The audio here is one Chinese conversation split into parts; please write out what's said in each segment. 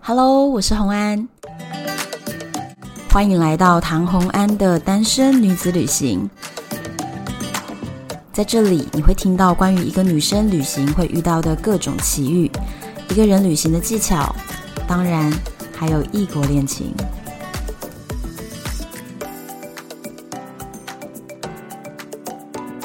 Hello，我是红安，欢迎来到唐红安的单身女子旅行。在这里，你会听到关于一个女生旅行会遇到的各种奇遇，一个人旅行的技巧，当然还有异国恋情。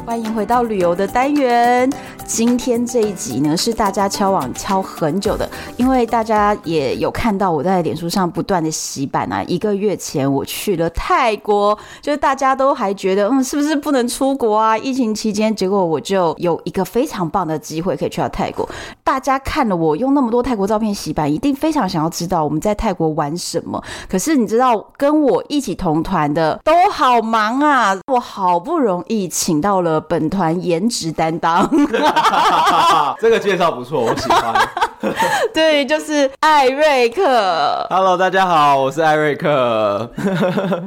欢迎回到旅游的单元。今天这一集呢，是大家敲网敲很久的，因为大家也有看到我在脸书上不断的洗版啊。一个月前我去了泰国，就是大家都还觉得，嗯，是不是不能出国啊？疫情期间，结果我就有一个非常棒的机会可以去到泰国。大家看了我用那么多泰国照片洗版，一定非常想要知道我们在泰国玩什么。可是你知道，跟我一起同团的都好忙啊，我好不容易请到了本团颜值担当。 这个介绍不错，我喜欢。对，就是艾瑞克， Hello，大家好，我是艾瑞克，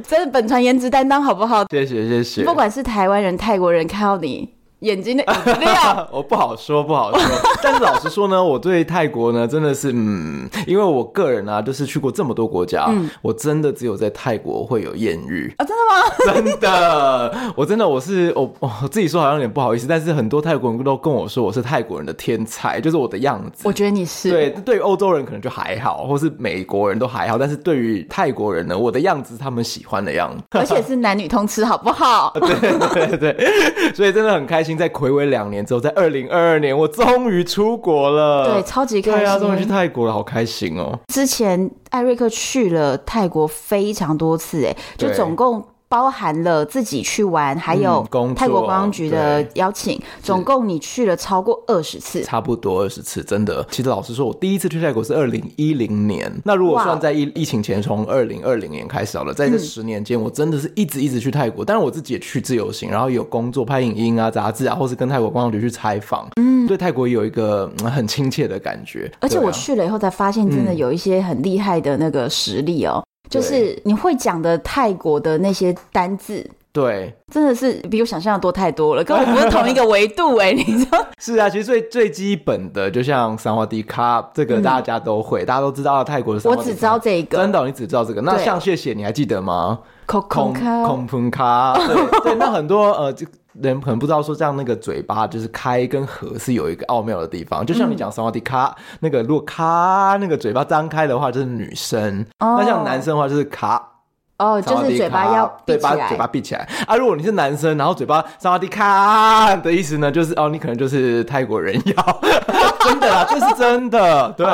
真的本团颜值担当，好不好？谢谢谢谢不。管是台湾人、泰国人，看到你眼睛的一 亮，哦我不好说，不好说。 但是老实说呢，我对泰国呢真的是，嗯，因为我个人啊，就是去过这么多国家，嗯我真的只有在泰国会有艳遇 啊真的吗？真的，我真的我是我我自己说好像有点不好意思，但是很多泰国人都跟我说我是泰国人的天才，就是我的样子我。觉得你是对，对于欧洲人可能就还好，或是美国人都还好，但是对于泰国人呢，我的样子是他们喜欢的样子。而且是男女通吃，好不好？ 对对对，所以真的很开心，在暌违两年之后，在二零二二年，我终于出国了。对，超级开对啊，终于去心。泰国了，好开心哦！之前艾瑞克去了泰国非常多次，哎，就对总共。包含了自己去玩，还有嗯工作泰国观光局的邀请，总共你去了超过二十次。差不多二十次，真的。其实老实说，我第一次去泰国是二零一零年。那如果哇算在疫疫情前，从二零二零年开始好了，在嗯这十年间，我真的是一直一直去泰国。当然我自己也去自由行，然后有工作拍影音啊、杂志啊，或是跟泰国观光局去采访。嗯，对泰国有一个嗯很亲切的感觉。而且对啊我去了以后才发现，真的有一些很厉害的那个实力哦，就是你会讲的泰国的那些单字。对真的是比我想象的多太多了，跟我不是同一个维度哎、你知道？是啊，其实最最基本的，就像三花迪卡这个大家都会，大家都知道泰国的 嗯三我花迪只卡。知道这个真的哦，你只知道这个。那对像谢谢，你还记得吗？口口口，空喷卡， 对对。那很多呃，就人可能不知道说，像那个嘴巴就是开跟合是有一个奥妙的地方。就像你讲三花迪卡，嗯那个如果卡那个嘴巴张开的话，就是女生；哦那像男生的话就是卡。哦，就是嘴巴要闭对，起把嘴巴来。闭起来啊！如果你是男生，然后嘴巴萨瓦迪卡的意思呢，就是哦，你可能就是泰国人妖， 真的啦， 这是真的，哦对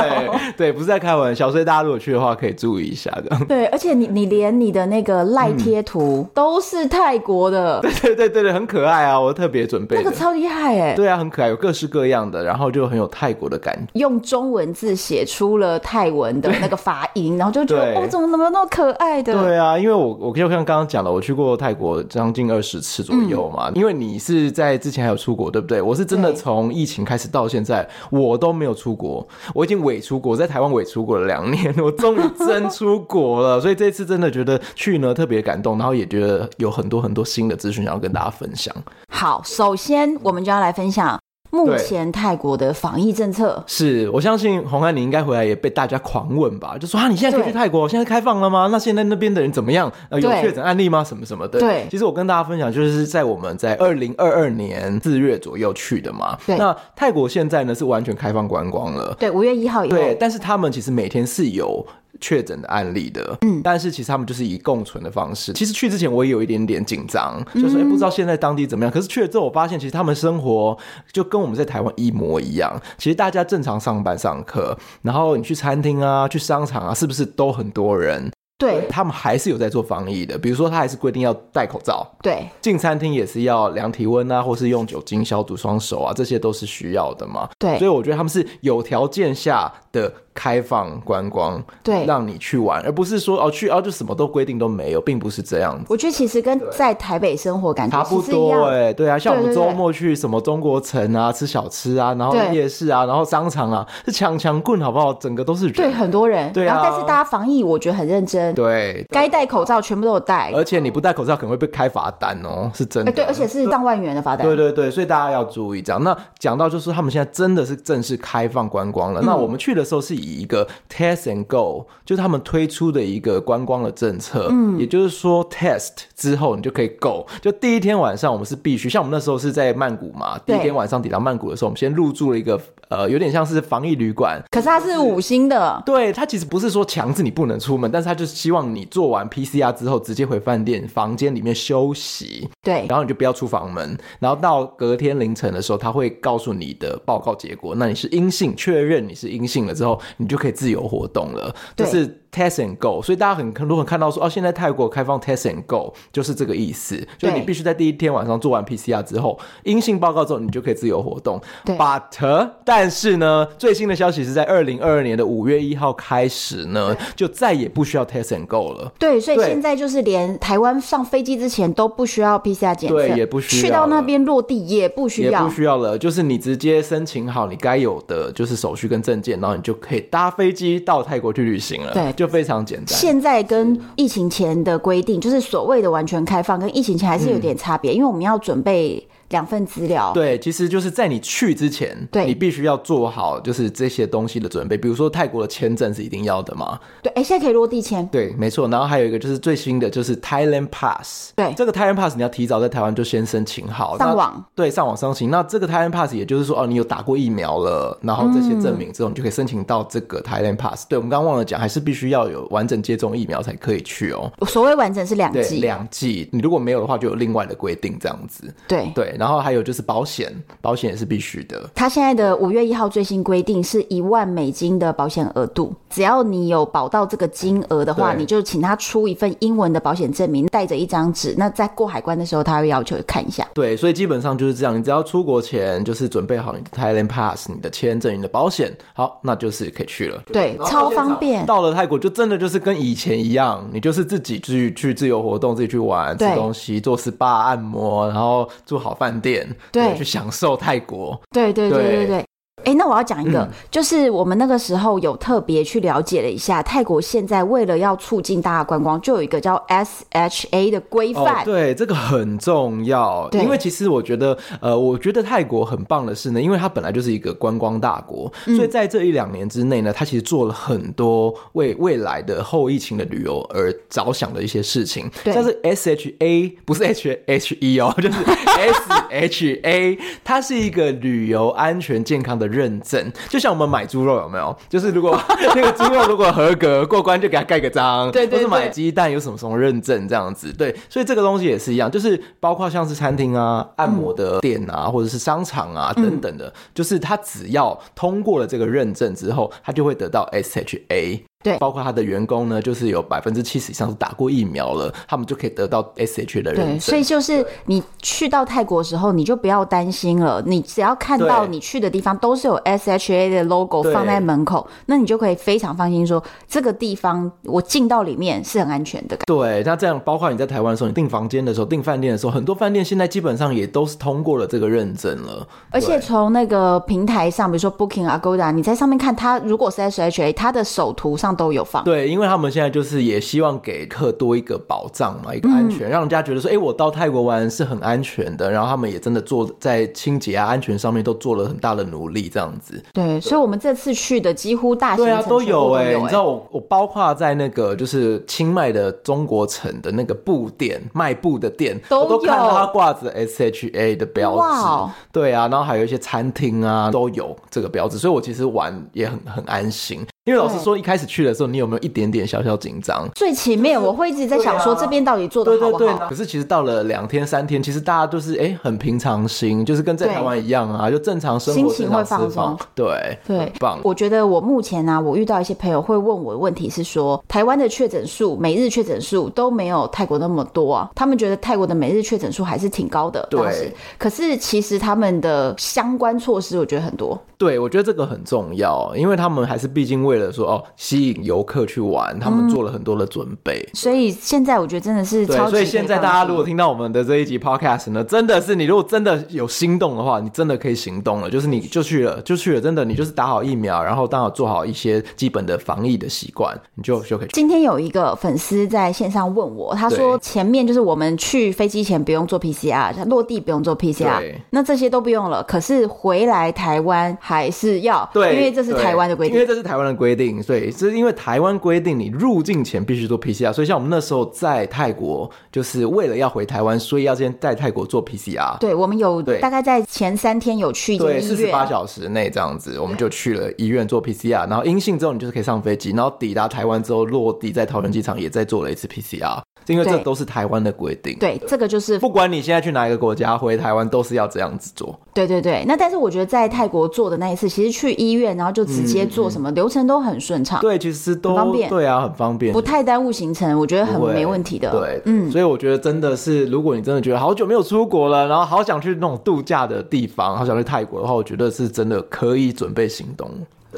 对，不是在开玩笑，所以大家如果去的话，可以注意一下的。 对，而且你你连你的那个赖贴图都是泰国的，对对对对，很可爱啊，我特别准备那个的。超厉害哎、对啊，很可爱，有各式各样的，然后就很有泰国的感觉。用中文字写出了泰文的那个发音，然后就觉得对哦，怎么那么那么可爱的？对啊，因为我我就像刚刚讲的，我去过泰国将近二十次左右嘛。因为你是在之前还有出国，对不对？我是真的嗯对从疫情开始到现在，我都没有出国，我已经伪出国，在台湾伪出国了两年，我终于真出国了。所以这次真的觉得去呢特别感动，然后也觉得有很多很多新的资讯想要跟大家分享。好，首先我们就要来分享目对前泰国的防疫政策。是我相信红安，你应该回来也被大家狂问吧？就说啊，你现在可以去对泰国，现在开放了吗？那现在那边的人怎么样？呃，有对确诊案例吗？什么什么的。对其实我跟大家分享，就是在我们在二零二二年四月左右去的嘛。对那泰国现在呢是完全开放观光了。对，五月一号以后，对，但是他们其实每天是有确诊的案例的，嗯，但是其实他们就是以共存的方式。其实去之前我也有一点点紧张，就说、哎不知道现在当地怎么样。可是去了之后，我发现其实他们生活就跟我们在台湾一模一样。其实大家正常上班上课，然后你去餐厅啊、去商场啊，是不是都很多人？对他们还是有在做防疫的，比如说他还是规定要戴口罩，对进餐厅也是要量体温啊，或是用酒精消毒双手啊，这些都是需要的嘛。所对以我觉得他们是有条件下的开放观光，对，让你去玩，而不是说哦去哦就什么都规定都没有，并不是这样子。我觉得其实跟在台北生活感觉嗯差其不实一多样。哎、对啊，像我对们对对周末去什么中国城啊，吃小吃啊，然后对夜市啊，然后商场啊，是抢抢棍好不好？整个都是人，对，很多人。对啊然后但是大家防疫，我觉得很认真，对，该戴口罩全部都有戴。而且你不戴口罩可能会被开罚单哦，是真的。哎，对，而且是上万元的罚单。对对对，所以大家要注意这样。那讲到就是他们现在真的是正式开放观光了。那我们去的时候是以以一个 test and go，就是他们推出的一个观光的政策。嗯，也就是说 test 之后你就可以 go。就第一天晚上我们是必须，像我们那时候是在曼谷嘛，第对一天晚上抵达曼谷的时候，我们先入住了一个呃，有点像是防疫旅馆。可是它是五星的，对他其实不是说强制你不能出门，但是他就是希望你做完 PCR 之后直接回饭店房间里面休息。对然后你就不要出房门，然后到隔天凌晨的时候，他会告诉你的报告结果。那你是阴性，确认你是阴性了之后，你就可以自由活动了。这对是 test and go，所以大家很如果看到说哦，现在泰国开放 test and go，就是这个意思，就对你必须在第一天晚上做完 PCR 之后，阴性报告之后，你就可以自由活动。对 But 但是呢，最新的消息是在二零二二年的五月一号开始呢，就再也不需要 test and go 了。对，所以对现在就是连台湾上飞机之前都不需要 PCR 检测，对也不需要去到那了边落地也不需也要不。需要了，就是你直接申请好你该有的就是手续跟证件，然后你就可以搭飞机到泰国去旅行了，对就非常简单。现在跟疫情前的规定，就是所谓的完全开放，跟疫情前还是有点差别，因为我们要准备两份资料。嗯对，其实就是在你去之前，对你必须要做好就是这些东西的准备，比如说泰国的签证是一定要的嘛，对，哎、现在可以落地签。对，没错。然后还有一个就是最新的就是 Thailand Pass，对这个 Thailand Pass 你要提早在台湾就先申请好，上那网对，上网申请。那这个 Thailand Pass 也就是说，哦，你有打过疫苗了，然后这些证明之后，你就可以申请到这个 Thailand Pass。对我们刚刚忘了讲，还是必须要有完整接种疫苗才可以去哦。所谓完整是两对，剂，两剂，你如果没有的话，就有另外的规定这样子。对，对，然后还有就是保险，保险也是必须的。他现在的五月一号最新规定是一万美金的保险额度，只要你有保到这个金额的话，对你就请他出一份英文的保险证明，带着一张纸。那在过海关的时候，他会要求看一下。对，所以基本上就是这样。你只要出国前就是准备好你的 Thailand Pass、你的签证、你的保险，好，那就是可以去了。对，然后超现场方便。到了泰国就真的就是跟以前一样，你就是自己去去自由活动，自己去玩、吃对东西、做 SPA 按摩，然后住好饭店，对去享受泰国。对对对对嗯对对。哎，那我要讲一个，就是我们那个时候有特别去了解了一下，泰国现在为了要促进大家观光，就有一个叫 SHA 的规哦，范。对，这个很重要，对因为其实我觉得，呃，我觉得泰国很棒的是呢，因为它本来就是一个观光大国，嗯所以在这一两年之内呢，它其实做了很多为未来的后疫情的旅游而着想的一些事情，对像是 SHA 不是 H H E 哦， 就是 S H A，它是一个旅游安全健康的认证，就像我们买猪肉有没有？就是如果 那个猪肉如果合格过关，就给它盖个章，对对或是买对鸡蛋有什么什么认证这样子，对，所以这个东西也是一样，就是包括像是餐厅啊、按摩的店啊，嗯或者是商场啊等等的，就是它只要通过了这个认证之后，它就会得到 SHA。对包括他的员工呢，就是有百分之七十以上是打过疫苗了，他们就可以得到 SHA 的认对，证。所以就是你去到泰国的时候，你就不要担心了。你只要看到对你去的地方都是有 SHA 的 logo 对放在门口，那你就可以非常放心说，这个地方我进到里面是很安全的。对，那这样包括你在台湾的时候，你订房间的时候、订饭店的时候，很多饭店现在基本上也都是通过了这个认证了。而且对从那个平台上，比如说 Booking、Agoda，你啊在上面看它，如果是 SHA，它的首图上都有放。对，因为他们现在就是也希望给客多一个保障嘛，一个安全，让人家觉得说，哎、我到泰国玩是很安全的。然后他们也真的做在清洁啊、安全上面都做了很大的努力，这样子。对，所以我们这次去的几乎大型对啊，城都市活有动哎、哎、你知道我我包括在那个就是清迈的中国城的那个布店卖布的店，都我都看到有它挂着 SHA 的标哇哦志，对啊，然后还有一些餐厅啊都有这个标志，所以我其实玩也很很安心。因为老实对说，一开始去的时候，你有没有一点点小小紧张？最前面我会一直在想说对啊这边到底做的对好对不好。对，可是其实到了两天三天，其实大家都是哎、很平常心，就是跟在对台湾一样啊，就正常生心活、情正会常吃放饭松，对对很棒。我觉得我目前呢、我遇到一些朋友会问我的问题是说，台湾的确诊数、每日确诊数都没有泰国那么多啊。他们觉得泰国的每日确诊数还是挺高的，对当时。可是其实他们的相关措施，我觉得很多。对，我觉得这个很重要，因为他们还是毕竟为了说哦吸引游客去玩，他们做了很多的准备。所以现在我觉得真的是对嗯超，级。所以现在大家如果听到我们的这一集 podcast 呢，真的是你如果真的有心动的话，你真的可以行动了，就是你就去了，就去了，真的你就是打好疫苗，然后当好做好一些基本的防疫的习惯，你就就可以去。今天有一个粉丝在线上问我，他说对前面就是我们去飞机前不用做 PCR，落地不用做 PCR，对那这些都不用了，可是回来台湾还是要，对，因为这是对台湾的规定因为。这是台湾的规定，所以这是因为台湾规定你入境前必须做 PCR，所以像我们那时候在泰国，就是为了要回台湾，所以要先在泰国做 PCR。对，我们有对大概在前三天有去一对，间四医十八院，小时内这样子，我们就去了医院做 PCR，然后阴性之后你就是可以上飞机，然后抵达台湾之后落地在桃园机场也再做了一次 PCR，因为这对都是台湾的规定。对，这个就是不管你现在去哪一个国家，回台湾都是要这样子做。对对对。那但是我觉得在泰国做的那一次，其实去医院然后就直接做什么、流程都很顺畅，嗯对，其实都啊很方便对啊，很方便，不太耽误行程，我觉得很不会没问题的。对，嗯，所以我觉得真的是，如果你真的觉得好久没有出国了，然后好想去那种度假的地方，好想去泰国的话，我觉得是真的可以准备行动。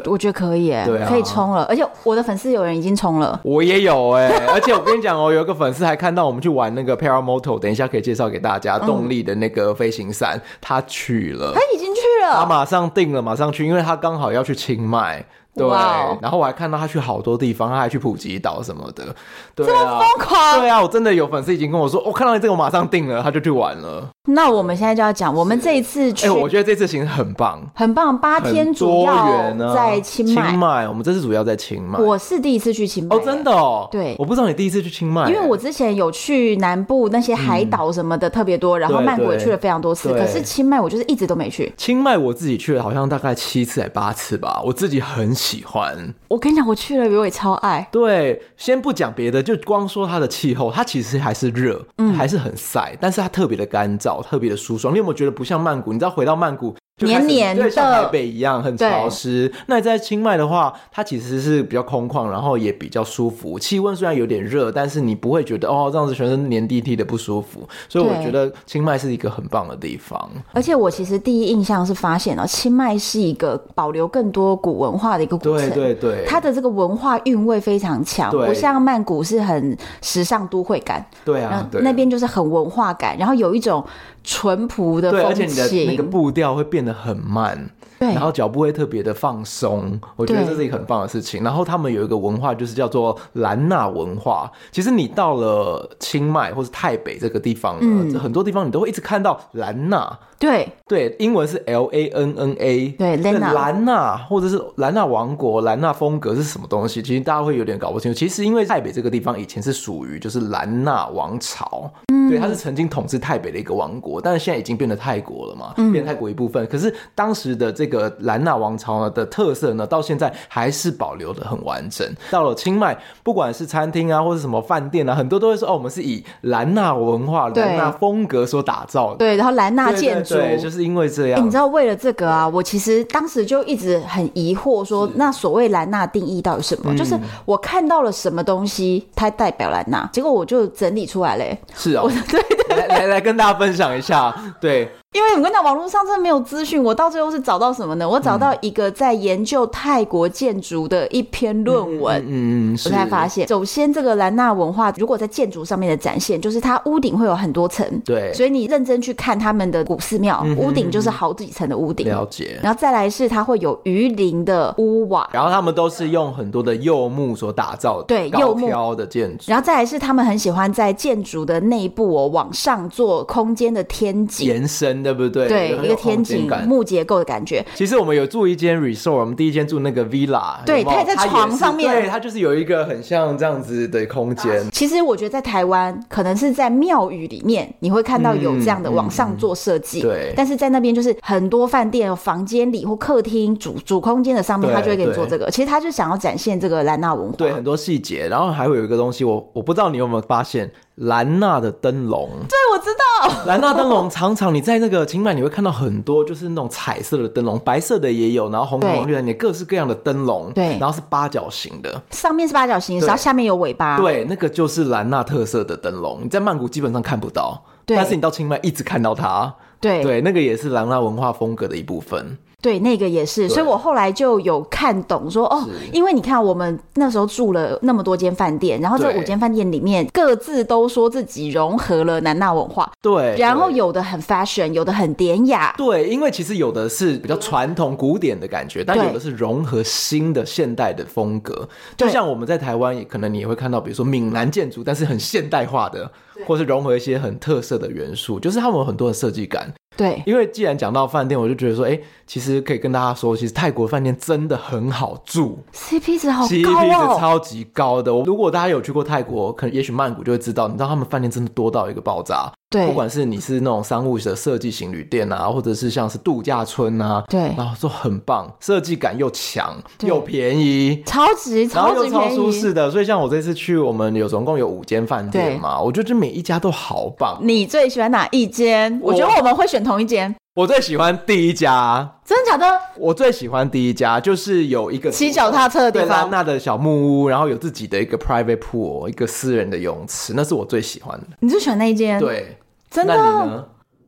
我觉得可以耶，对啊可以冲了，而且我的粉丝有人已经冲了。我也有 哎、而且我跟你讲哦，有一个粉丝还看到我们去玩那个 Paramoto，等一下可以介绍给大家动力的那个飞行伞，他去了他。已经去哎他了，马上定了，马上去，因为他刚好要去清迈，对。哇哦然后我还看到他去好多地方，他还去普吉岛什么的，对这啊么，疯狂。对啊，我真的有粉丝已经跟我说，我、哦看到你这个我马上定了，他就去玩了。那我们现在就要讲，我们这一次哎、去我觉得这次行程很棒，很棒，八天很主多要元啊，在清迈清。迈，我们这次主要在清迈。我是第一次去清迈，哦，真的哦，对我不知道你第一次去清迈，欸因为我之前有去南部那些海岛什么的特别多，然后嗯对曼谷也对去了非常多次，对可是清迈我就是一直都没去。清迈我自己去了，好像大概七次还八次吧，我自己很喜欢。我跟你讲，我去了，我也超爱。对，先不讲别的，就光说它的气候，它其实还是热，嗯还是很晒，但是它特别的干燥，特别的舒爽。你有没有觉得不像曼谷？你知道回到曼谷就开黏始黏的对，像台北一样很潮湿。那你在清迈的话，它其实是比较空旷，然后也比较舒服。气温虽然有点热，但是你不会觉得哦，这样子全身黏滴滴的不舒服。所以我对觉得清迈是一个很棒的地方。而且我其实第一印象是发现哦，清迈是一个保留更多古文化的一个古对城。对对，它的这个文化韵味非常强，对不像曼谷是很时尚都会感，对然啊后，对那边就是很文化感，然后有一种淳朴的对，而风且你的那个情。步调会变得很慢，对然后脚步会特别的放松，我觉得对这是一个很棒的事情。然后他们有一个文化，就是叫做兰纳文化。其实你到了清迈或是泰北这个地方呢，很多地方你都会一直看到兰纳。对对，英文是 L A N N A，对，Lana 兰纳或者是兰纳王国、兰纳风格是什么东西？其实大家会有点搞不清楚。其实因为泰北这个地方以前是属于就是兰纳王朝，嗯对，它是曾经统治泰北的一个王国，但是现在已经变得泰国了嘛，嗯变泰国一部分。可是当时的这个兰纳王朝呢的特色呢，到现在还是保留的很完整。到了清迈，不管是餐厅啊，或是什么饭店啊，很多都会说哦，我们是以兰纳文化、对兰纳风格所打造的。对，然后兰纳对建筑，对对就是因为这哎、样你知。道为了这个啊，我其实当时就一直很疑惑说，那所谓兰纳定义到底是什么？嗯就是我看到了什么东西，它代表兰纳，结果我就整理出来欸 嘞、是哦， 来来来跟大家分享一下，对，因为我跟你讲，网络上真的没有资讯，我到最后是找到什么呢？我找嗯到一个在研究泰国建筑的一篇论文。嗯嗯，我是才发现，首先这个兰纳文化，如果在建筑上面的展现，就是它屋顶会有很多层，对嗯所以你认真去看他们的古寺庙，屋顶就是好几层的屋顶，了解。然后再来是它会有鱼鳞的屋瓦，然后他们都是用很多的柚木所打造的，对柚高木挑的建筑，然后再来是他们很喜欢在建筑的内部哦往上做空间的天井，延伸，对不对？对很，有一个天空间井感。木结构的感觉。其实我们有住一间 resort，我们第一间住那个 villa，对有没它有也在它也床是上面啊对，它就是有一个很像这样子的空间，其实我觉得在台湾，可能是在庙宇里面你会看到有这样的往上做设计，嗯对但是在那边就是很多饭店房间里或客厅主主空间的上面，对他就会给你做对这个。其实他就想要展现这个兰纳文化，对，很多细节。然后还会有一个东西，我我不知道你有没有发现，兰纳的灯笼。对我知道，兰纳灯笼常常你在那个清迈你会看到很多，就是那种彩色的灯笼，白色的也有，然后红对黄绿蓝，你各式各样的灯笼，对然后是八角形的，上面是八角形，对然后下面有尾巴，对，那个就是兰纳特色的灯笼，你在曼谷基本上看不到，对但是你到清迈一直看到它，对对，那个也是兰纳文化风格的一部分，对，那个也是，所以我后来就有看懂说哦，因为你看我们那时候住了那么多间饭店，然后这对五间饭店里面各自都说自己融合了南纳文化，对，然后对。有的很 fashion，有的很典雅，对，因为其实有的是比较传统古典的感觉，但对有的是融合新的现代的风格。对就像我们在台湾，也可能你也会看到，比如说闽南建筑，但是很现代化的，或是融合一些很特色的元素，就是他们有很多的设计感。对，因为既然讲到饭店，我就觉得说，哎、其实可以跟大家说，其实泰国饭店真的很好住 CP 值好，CP 值高哦，超级高的。如果大家有去过泰国，可能也许曼谷就会知道，你知道他们饭店真的多到一个爆炸。对不管是你是那种商务的设计型旅店啊，或者是像是度假村啊，对然后都很棒，设计感又强对又便宜，超值然后超又级超便舒宜。适的。所以像我这次去，我们有总共有五间饭店对嘛，我觉得这每一家都好棒。你最喜欢哪一间？我我觉得我们会选同一间，我最喜欢第一家，真的假的？我最喜欢第一家就是有一个骑脚踏车的对地拉方，娜的小木屋，然后有自己的一个 private pool，一个私人的泳池，那是我最喜欢的。你就选那一间？，对，真那你的？呢？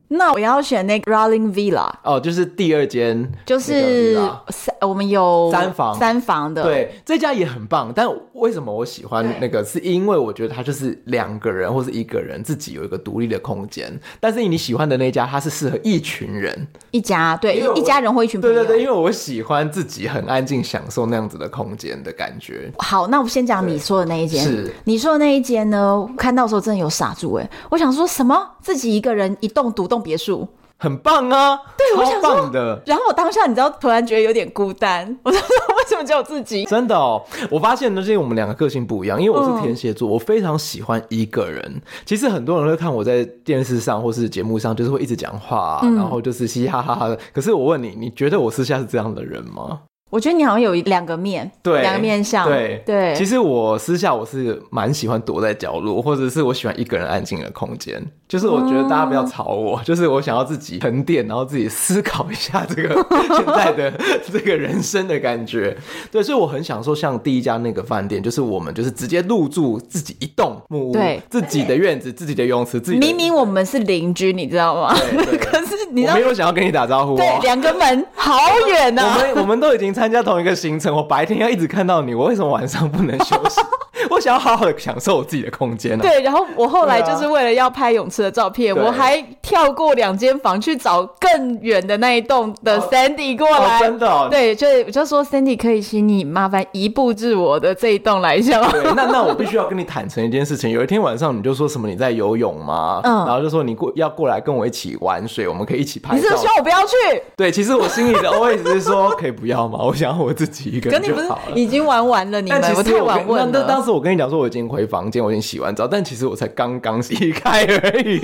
那我要选那个 Rolling Villa，哦，就是第二间，就是三，呃我们有三房三房的，，对，这家也很棒，但为什么我喜欢对那个？是因为我觉得它就是两个人或是一个人自己有一个独立的空间。但是你喜欢的那家，它是适合一群人。一家对因为我一一家人或一群朋对友。对对，因为我喜欢自己很安静享受那样子的空间的感觉。好，那我先讲你说的那一间。是你说的那一间呢？我看到的时候真的有傻住哎、我想说什么？自己一个人一栋独栋别墅，很棒啊，对我超想棒的。然后我当下你知道，突然觉得有点孤单。 我就说为什么只有自己？真的哦，我发现呢，是因为我们两个个性不一样。因为我是天蝎座，我非常喜欢一个人。其实很多人会看我在电视上或是节目上，就是会一直讲话、啊然后就是嘻嘻哈哈哈的。可是我问你，你觉得我私下是这样的人吗？我觉得你好像有一两个面，对，两个面相，对对。其实我私下我是蛮喜欢躲在角落，或者是我喜欢一个人安静的空间。就是我觉得大家不要吵我，就是我想要自己沉淀，然后自己思考一下这 个现在的 这个人生的感觉。对，所以我很享受像第一家那个饭店，就是我们就是直接入住自己一栋木屋，对自己的院子、自己的泳池、自己的明明我们是邻居，你知道吗？对对 可是你知道我没，有想要跟你打招呼、哦，对，两个门好远啊呐、我们我们都已经参加同一个行程，我白天要一直看到你，我为什么晚上不能休息？ 我想要好好的享受我自己的空间呢、啊。对，然后我后来对啊就是为了要拍泳池的照片，对我还跳过两间房去找更远的那一栋的 Sandy 过哦，来。真的、哦。对，就我就说 Sandy 可以，请你麻烦移步至我的这一栋来一下吗？ 对，那那我必须要跟你坦诚一件事情。有一天晚上，你就说什么你在游泳吗？嗯然后就说你过要过来跟我一起玩水，我们可以一起拍你是不是照希。望我不要去？对，其实我心里的 OS 是说，可以不要吗？我想要我自己一个可人你就不是好了。已经玩完了你但们？其实我太我晚跟问那那当了。时我跟你讲说，我已经回房间，我已经洗完澡，但其实我才刚刚洗开而已。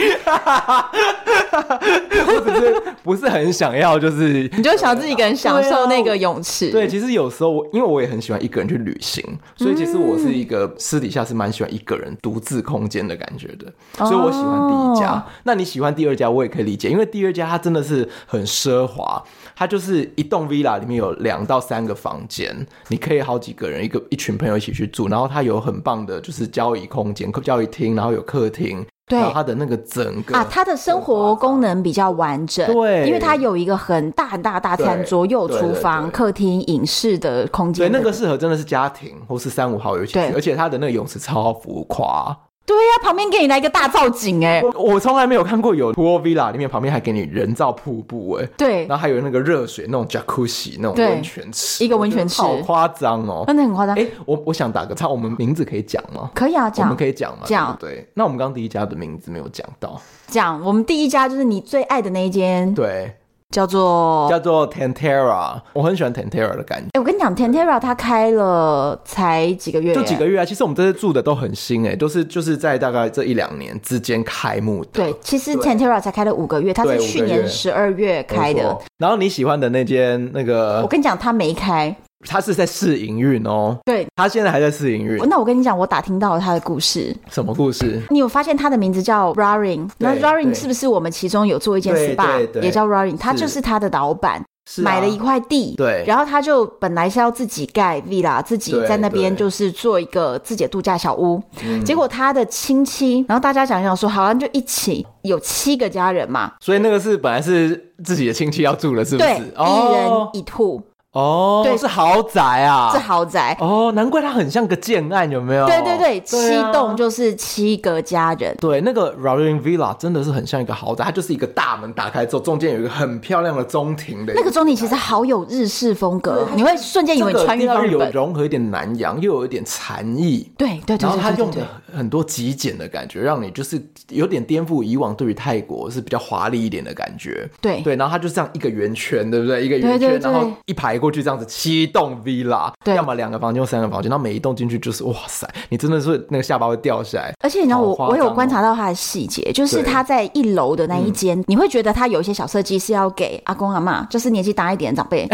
我只是不是很想要，就是你就想自己一个人享受那个泳池，对。啊其实有时候我，因为我也很喜欢一个人去旅行，所以其实我是一个嗯私底下是蛮喜欢一个人独自空间的感觉的，所以我喜欢第一家。哦那你喜欢第二家，我也可以理解，因为第二家它真的是很奢华，它就是一栋 villa 里面有两到三个房间，你可以好几个人一个一群朋友一起去住，然后它有很棒的就是交易空间、交易厅，然后有客厅，对然后它的啊那个整个啊，它的生活功能比较完整，对因为它有一个很大很大的大餐桌，对又有对厨对房、对客厅、影视的空对，间那的。个适合真的是家庭或是三五好友一起对去，而且它的那个泳池超浮夸，对呀、旁边给你来一个大造景哎、我我从来没有看过有 pool villa 里面旁边还给你人造瀑布哎、对然，后还有那个热水那种 jacuzzi 那种对温泉池，一个温泉池我觉得好夸张哦！真的很夸张。哎、我我想打个岔，我们名字可以讲吗？可以啊，我们讲可以讲吗？讲对不对。那我们刚刚第一家的名字没有讲到，讲，我们第一家就是你最爱的那一间，对，叫做。叫做 Tantera，我很喜欢 Tantera 的感觉。哎、我跟你讲，Tantera 它开了才几个月，就几。个月啊，其实我们这次住的都很新哎、都是就是在大概这一两年之间开幕的。对，其实对 Tantera 才开了五个月，它是对五个去年月十二月没错呃开的。。然后你喜欢的那间那我个，跟你讲，它没开。它是在试营运哦，对，它现在还在试营运。那我跟你讲，我打听到了它的故事。什么故事？你有发现它的名字叫 Raring？那对 Raring 对是不是我们其中有做一间对 SPA 对对也叫 Raring？他是就是他的老板，是啊买了一块地，对然后他就本来是要自己盖 villa，自己对在那边对嗯就是做一个自己的度假小屋。结果他的亲戚，然后大家想一想说，好像就一起有七个家人嘛，所以那个是本来是自己的亲戚要住的，是不对是？，一人一户。哦，对是豪宅啊，这豪宅。哦，难怪它很像个建案，有没有？对对对，七啊栋就是七个家人。哦对，啊那个 Rowling Villa 真的是很像一个豪宅，它就是一个大门打开之后，中间有一个很漂亮的中庭的。那个中庭其实好有日式风格，你会瞬间以这为你个穿越地到方日有本。融合一点南洋，又有一点禅意。对对对然后对它对对用对的，很多极简的感觉，让你就是有点颠覆以往对于泰国是比较华丽一点的感觉。对对，然后它就这样一个圆圈，对不对？一个圆圈，哎对对对然后一排过去这样子，七栋 villa，对要么两个房间或三个房间，然后每一栋进去就是哇塞，你真的是那个下巴会掉下来。 而且你知道好我夸我有张观哦察到它的细节，就是对嗯它在一楼的那一间，你会觉得它有一些小设计是要给阿公阿妈，就是年纪大一点的长 辈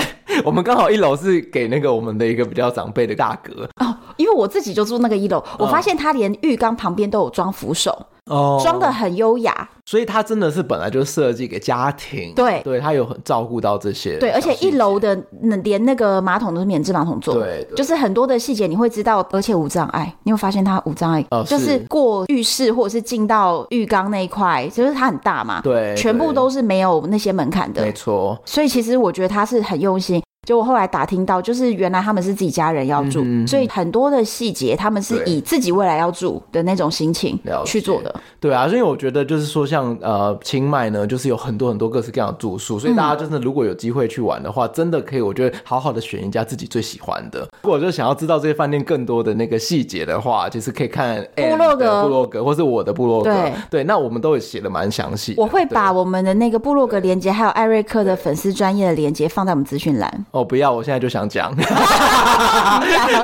我们刚好一楼是给那个我们的一个比较长辈的大哥哦。因为我自己就住那个一楼，嗯我发现它连浴缸旁边都有装扶手，哦装的很优雅。所以它真的是本来就设计给家庭，对对，它有很照顾到这些小细节，对，而且一楼的那连那个马桶都是免治马桶座，对对就是很多的细节你会知道，而且无障碍，你有发现它无障碍，哦就是是过浴室或者是进到浴缸那一块，就是它很大嘛，对全部对都是没有那些门槛的没，错，所以其实我觉得他是很用心。就我后来打听到，就是原来他们是自己家人要住，嗯哼所以很多的细节他们是对以自己未来要住的那种心情了解去做的。对啊，所以我觉得就是说像，呃清迈呢，就是有很多很多各式各样的住宿，所以嗯大家真的如果有机会去玩的话，真的可以，我觉得好好的选一家自己最喜欢的。如果就想要知道这些饭店更多的那个细节的话，其实可以看 Anne 落格的部落格，或是我的部落格。对那我们都有写的蛮详细的。我会把对我们的那个部落格连接，还有艾瑞克的粉丝专业的连接放在我们资讯栏。哦，不要，我现在就 想讲，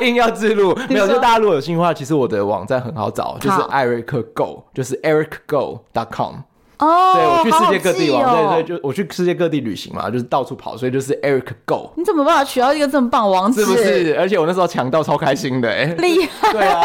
硬要自录，没有，说就大家如果有兴趣的话，其实我的网站很好找，就是好艾瑞克 Go，就是 ericgo.com。哦，对我去世界各地玩，好好记哦、对对，就我去世界各地旅行嘛，就是到处跑，所以就是 Eric Go，你怎么办法取到一个这么棒的网址？是不？是？而且我那时候抢到超开心的、欸， 厉害！对啊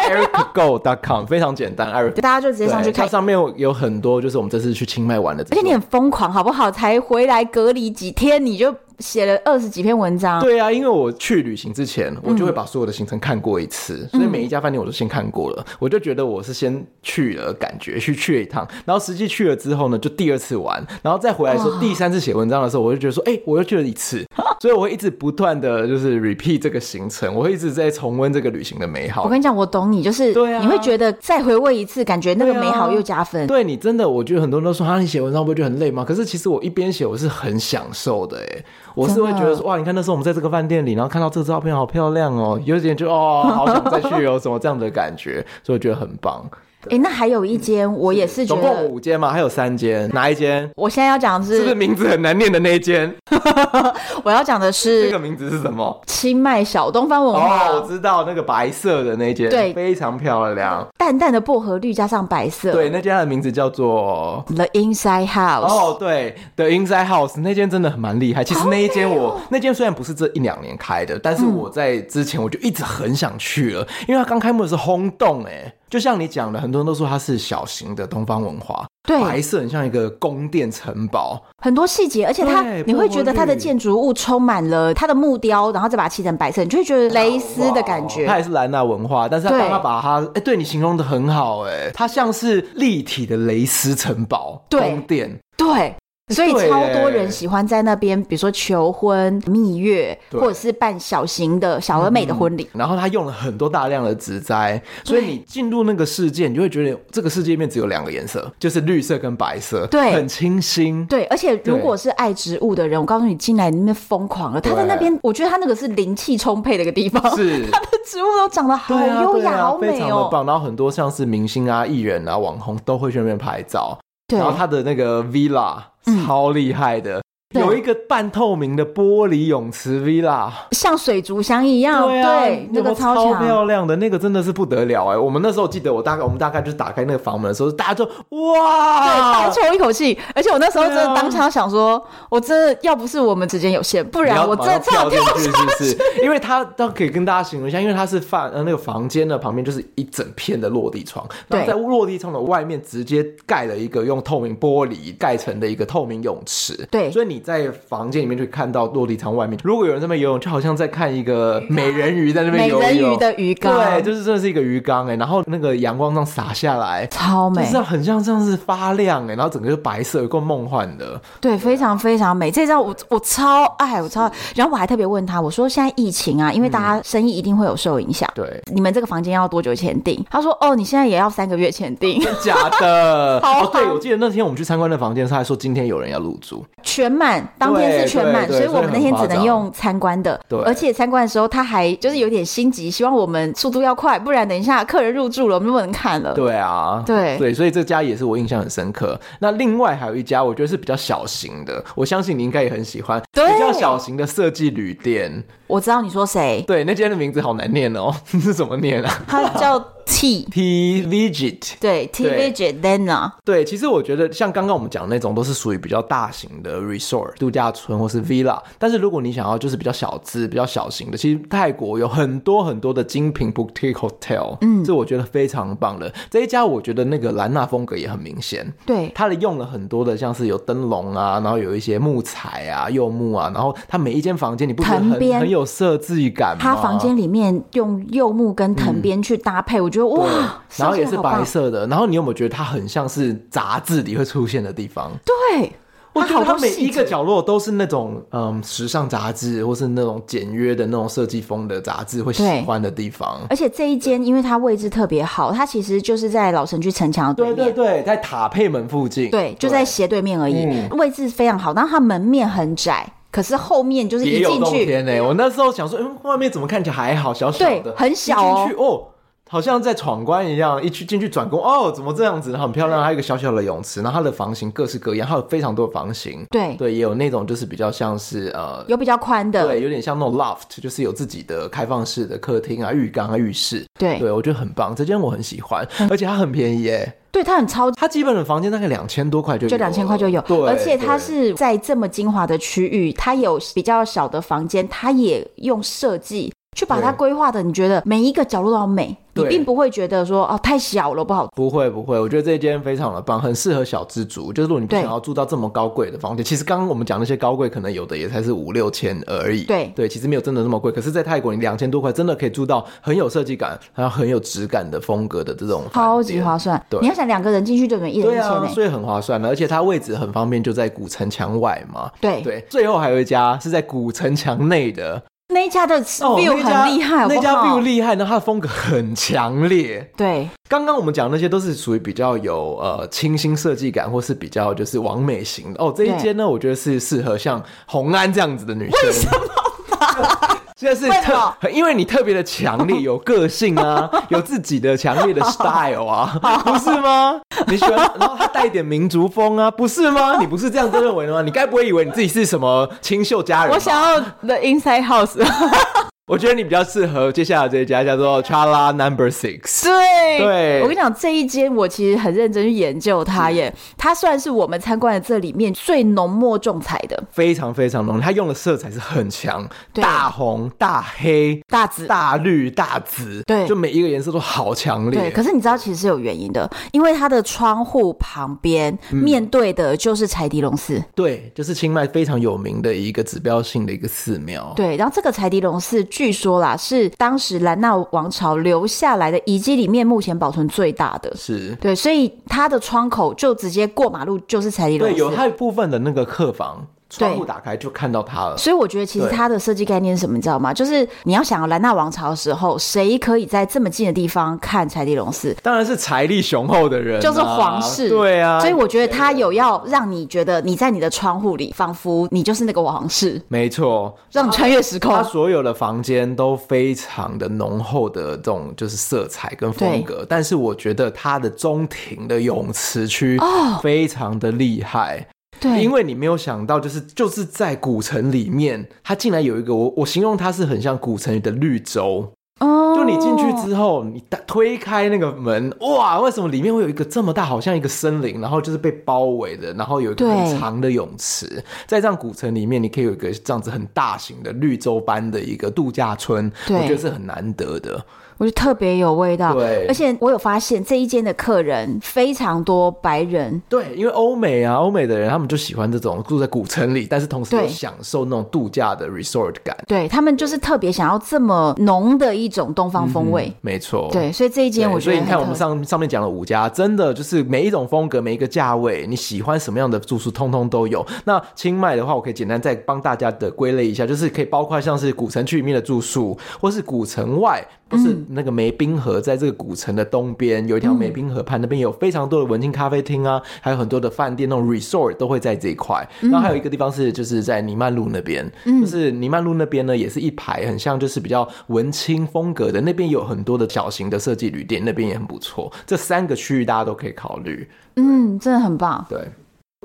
，ericgo.com 非常简单，Eric。大家就直接上去对，它看。上面有很多就是我们这次去清迈玩的这而些，且你很疯狂，好不好？才回来隔离几天，你就写了二十几篇文章。对啊，因为我去旅行之前，我就会把所有的行程看过一次，所以每一家饭店我都先看过了。我就觉得我是先去了，感觉去去了一趟，然后实际去了之后呢，就第二次玩，然后再回来说第三次写文章的时候，我就觉得说，哎、我又去了一次，所以我会一直不断的就是 repeat 这个行程，我会一直在重温这个旅行的美我好跟。你讲，我懂你，就是对啊你会觉得再回味一次，感觉那个对啊美好又加分。对你真的，我觉得很多人都说啊，你写文章不会觉得很累吗？可是其实我一边写，我是很享受的，哎，我是真的会觉得说哇，你看那时候我们在这个饭店里，然后看到这个照片好漂亮哦，有点 就哦，好想再去哦，什么这样的感觉，所以我觉得很棒。哎、那还有一间，我也是觉总共得，五间嘛，还有三间，哪一间？我现在要讲的是不是是，名字很难念的那一间？我要讲的这是个名字是什么？清迈小东方文化，哦，我知道那个白色的那间，对非常漂亮。淡淡的薄荷绿加上白色，对，那间的名字叫做，The Inside House，、哦哦，对，The Inside House 那间真的很蛮厉害。其实那一间我、那间虽然不是这一两年开的，但是嗯我在之前我就一直很想去了，因为它刚开幕的时候轰动哎、就像你讲的，很多人都说它是小型的东方文化，白对，色很像一个宫殿城堡，很多细节，而且它对你会觉得它的薄荷绿建筑物充满了它的木雕，然后再把它漆成白色，你就会觉得蕾丝的感觉它。也是兰纳文化，但是它对当它把它哎、对你形容的很好哎、它像是立体的蕾丝城堡对宫殿，对，所以对超多耶人喜欢在那边，比如说求婚、蜜月，对嗯或者是办小型的小而美的婚礼。然后他用了很多大量的植栽，所以你进入那个世界，你就会觉得这个世界面只有两个颜色，就是绿色跟白色，对很清新。对，而且如对果是爱植物的人，我告诉你，进来那边疯狂了。他在那边，我觉得他那个是灵气充沛的一个地方，是，他的 植物都长得好对啊，优对雅、啊好，非美常的哦。棒。然后很多像是明星啊、艺人啊、网红都会去那边拍照。对然后他的那个 villa 嗯超厉害的，对有一个半透明的玻璃泳池 villa。像水族箱一样，对啊，嗯那个超强。漂亮的，那个真的是不得了哎、我们那时候记得，我大概我们大概就是打开那个房门的时候，大家就哇，倒 抽一口气，而且我那时候真的对啊当场想说，我真的要不是我们时间有限，不你然要我马真上的差点进跳去，是不是？ 因为它它可以跟大家形容一下，因为它是饭呃那个房间的旁边就是一整片的落地窗，然对后在落地窗的外面直接盖了一个用透明玻璃盖成的一个透明泳池，对所以你在房间里面就可以看到落地窗外面，如果有人在那边游泳，就好像在看一个美人鱼在那边美游人泳鱼。的鱼缸，对，就是真的是一个鱼缸哎、然后那个阳光这样洒下来，超就美是，很像这样是发亮哎、然后整个就白色，有够梦幻的。对，非常非常美。这张我我超爱，我超爱。然后我还特别问他，我说现在疫情啊，因为嗯大家生意一定会有受影响，对，你们这个房间要多久前订？他说哦，你现在也要三个月前订，真假的？ 好哦，对，我记得那天我们去参观那房间，他还说今天有人要入住，全满，当天是全满，对对所以我们那天只所以能很用参观的。对而且参观的时候他还就是有点心急，希望我们速度要快，不然等一下客人入住了，我们就不能看了。对啊，对对，所以这家也是我印象很深刻。那另外还有一家，我觉得是比较小型的，我相信你应该也很喜欢，对比较小型的设计旅店。我知道你说 谁，对，那间的名字好难念哦， 是怎么念啊他叫 T， ？T Vigit。对 T V 对 J Lena，对，其实我觉得像刚刚我们讲的那种，都是属于比较大型的 resort 度假村或是 villa。但是如果你想要就是比较小资、比较小型的，其实泰国有很多很多的精品 boutique hotel，嗯，这我觉得非常棒的。这一家我觉得那个兰纳风格也很明显，对，它的用了很多的像是有灯笼啊，然后有一些木材啊、柚木啊，然后它每一间房间你不觉得藤很编很有设计感吗？他房间里面用柚木跟藤编去搭配，我觉得哇对，然后也设计是得好白棒，色的，然后你有没有觉得它很像是杂志里会出现的地方？对，我觉它得它好多每细一个节。角落都是那种嗯时尚杂志，或是那种简约的那种设计风的杂志会喜对欢的地方。而且这一间，因为它位置特别好，它其实就是在老城区城墙的对对面。对对，在塔佩门附近，对，就在斜对面而已，嗯位置非常好。然后它门面很窄，可是后面就是也一有进冬去，天呢、我那时候想说，嗯，外面怎么看起来还好，小小对的，很小哦一进去哦。好像在闯关一样，一去进去转工哦，怎么这样子？然后很漂亮，还有一个小小的泳池，然后它的房型各式各样，它有非常多的房型。对，对，也有那种就是比较像是呃，有比较宽的，对，有点像那种 loft，就是有自己的开放式的客厅啊、浴缸啊、浴室。对嗯对，我觉得很棒，这间我很喜欢，而且它很便宜耶，对，它很超。它基本的房间大概两千多块就就有两千块就有了对，，而且它对是在这么精华的区域，它有比较小的房间，它也用设计去把它对规划的，你觉得每一个角落都好美，你对并不会觉得说哦太小了不好。不会不会，我觉得这间非常的棒，很适合小资族。就是如果你不对想要住到这么高贵的房间，其实刚刚我们讲那些高贵，可能有的也才是五六千而已。对对，其实没有真的那么贵。可是，在泰国你两千多块真的可以住到很有设计感，还有很有质感的风格的这种饭店超级划算，对你要想两个人进去就等于一人对一千欸啊，呢、所以很划算的，而且它位置很方便，就在古城墙外嘛。对，对，最后还有一家是在古城墙内的，那一家的哦， view 那家很厉害，好不那好？家 view 厉害，然后它的风格很强烈，对，刚刚我们讲的那些都是属于比较有呃清新设计感，或是比较就是完美型的哦。这一间呢，我觉得是适合像红安这样子的女生。为什么？ 现在是为什么特，因为你特别的强烈，有个性啊，有自己的强烈的 style 啊， 不是吗？你喜欢，然后他带一点民族风啊，不是吗？你不是这样子认为的吗？你该不会以为你自己是什么清秀佳人吧？我想要 The Inside House，我觉得你比较适合接下来这一家叫做 Chala Number Six。对对我跟你讲，这一间我其实很认真去研究它耶，嗯它算是我们参观的这里面最浓墨重彩的非常非常浓，它用的色彩是很强，对大红、大黑、大紫。大绿、大紫，对就每一个颜色都好强对，烈。可是你知道其实是有原因的，因为它的窗户旁边、嗯面对的就是柴迪龙寺。对，就是清迈非常有名的一个指标性的一个寺庙。对，然后这个柴迪龙寺据说啦是当时兰纳王朝留下来的遗迹里面目前保存最大的。是，对，所以它的窗口就直接过马路就是柴迪龙对，寺。有它部分的那个客房窗户对打开就看到它了。所以我觉得其实对它的设计概念是什么，你知道吗？就是你要想兰纳王朝的时候，谁可以在这么近的地方看柴迪龙寺？当然是财力雄厚的人啊、就是皇室，对啊，所以我觉得它有要让你觉得你在你的窗户里，仿佛你就是那个皇室，没错，让你穿越时空它。所有的房间都非常的浓厚的这种就是色彩跟风格，但是我觉得它的中庭的泳池区非常的厉害，对，因为你没有想到，就是就是在古城里面，它竟然有一个我我形容它是很像古城里的绿洲，哦就你进去之后，你打推开那个门，哇，为什么里面会有一个这么大，好像一个森林，然后就是被包围的，然后有一个对很长的泳池，在这样古城里面，你可以有一个这样子很大型的绿洲般的一个度假村，对我觉得是很难得的。我觉得特别有味道。对而且我有发现这一间的客人非常多白人，对，因为欧美啊，欧美的人他们就喜欢这种住在古城里，但是同时又对享受那种度假的 resort 感。对他们就是特别想要这么浓的一种东方风味。没错，对，所以这一嗯对。间我觉所得以你很看，我们特上上面讲了五家，真的就是每一种风格、每一个价位，你喜欢什么样的住宿，通通都有。那清迈的话，我可以简单再帮大家的归类一下，就是可以包括像是古城区里面的住宿，或是古城外，不是嗯那个梅冰河，在这个古城的东边有一条梅冰河畔，那边有非常多的文青咖啡厅啊，还有很多的饭店那种 resort 都会在这一块。然后还有一个地方是就是在尼曼路那边，嗯就是尼曼路那边呢也是一排很像就是比较文青风格的，那边有很多的小型的设计旅店，那边也很不错。这三个区域大家都可以考虑。嗯，真的很棒。对，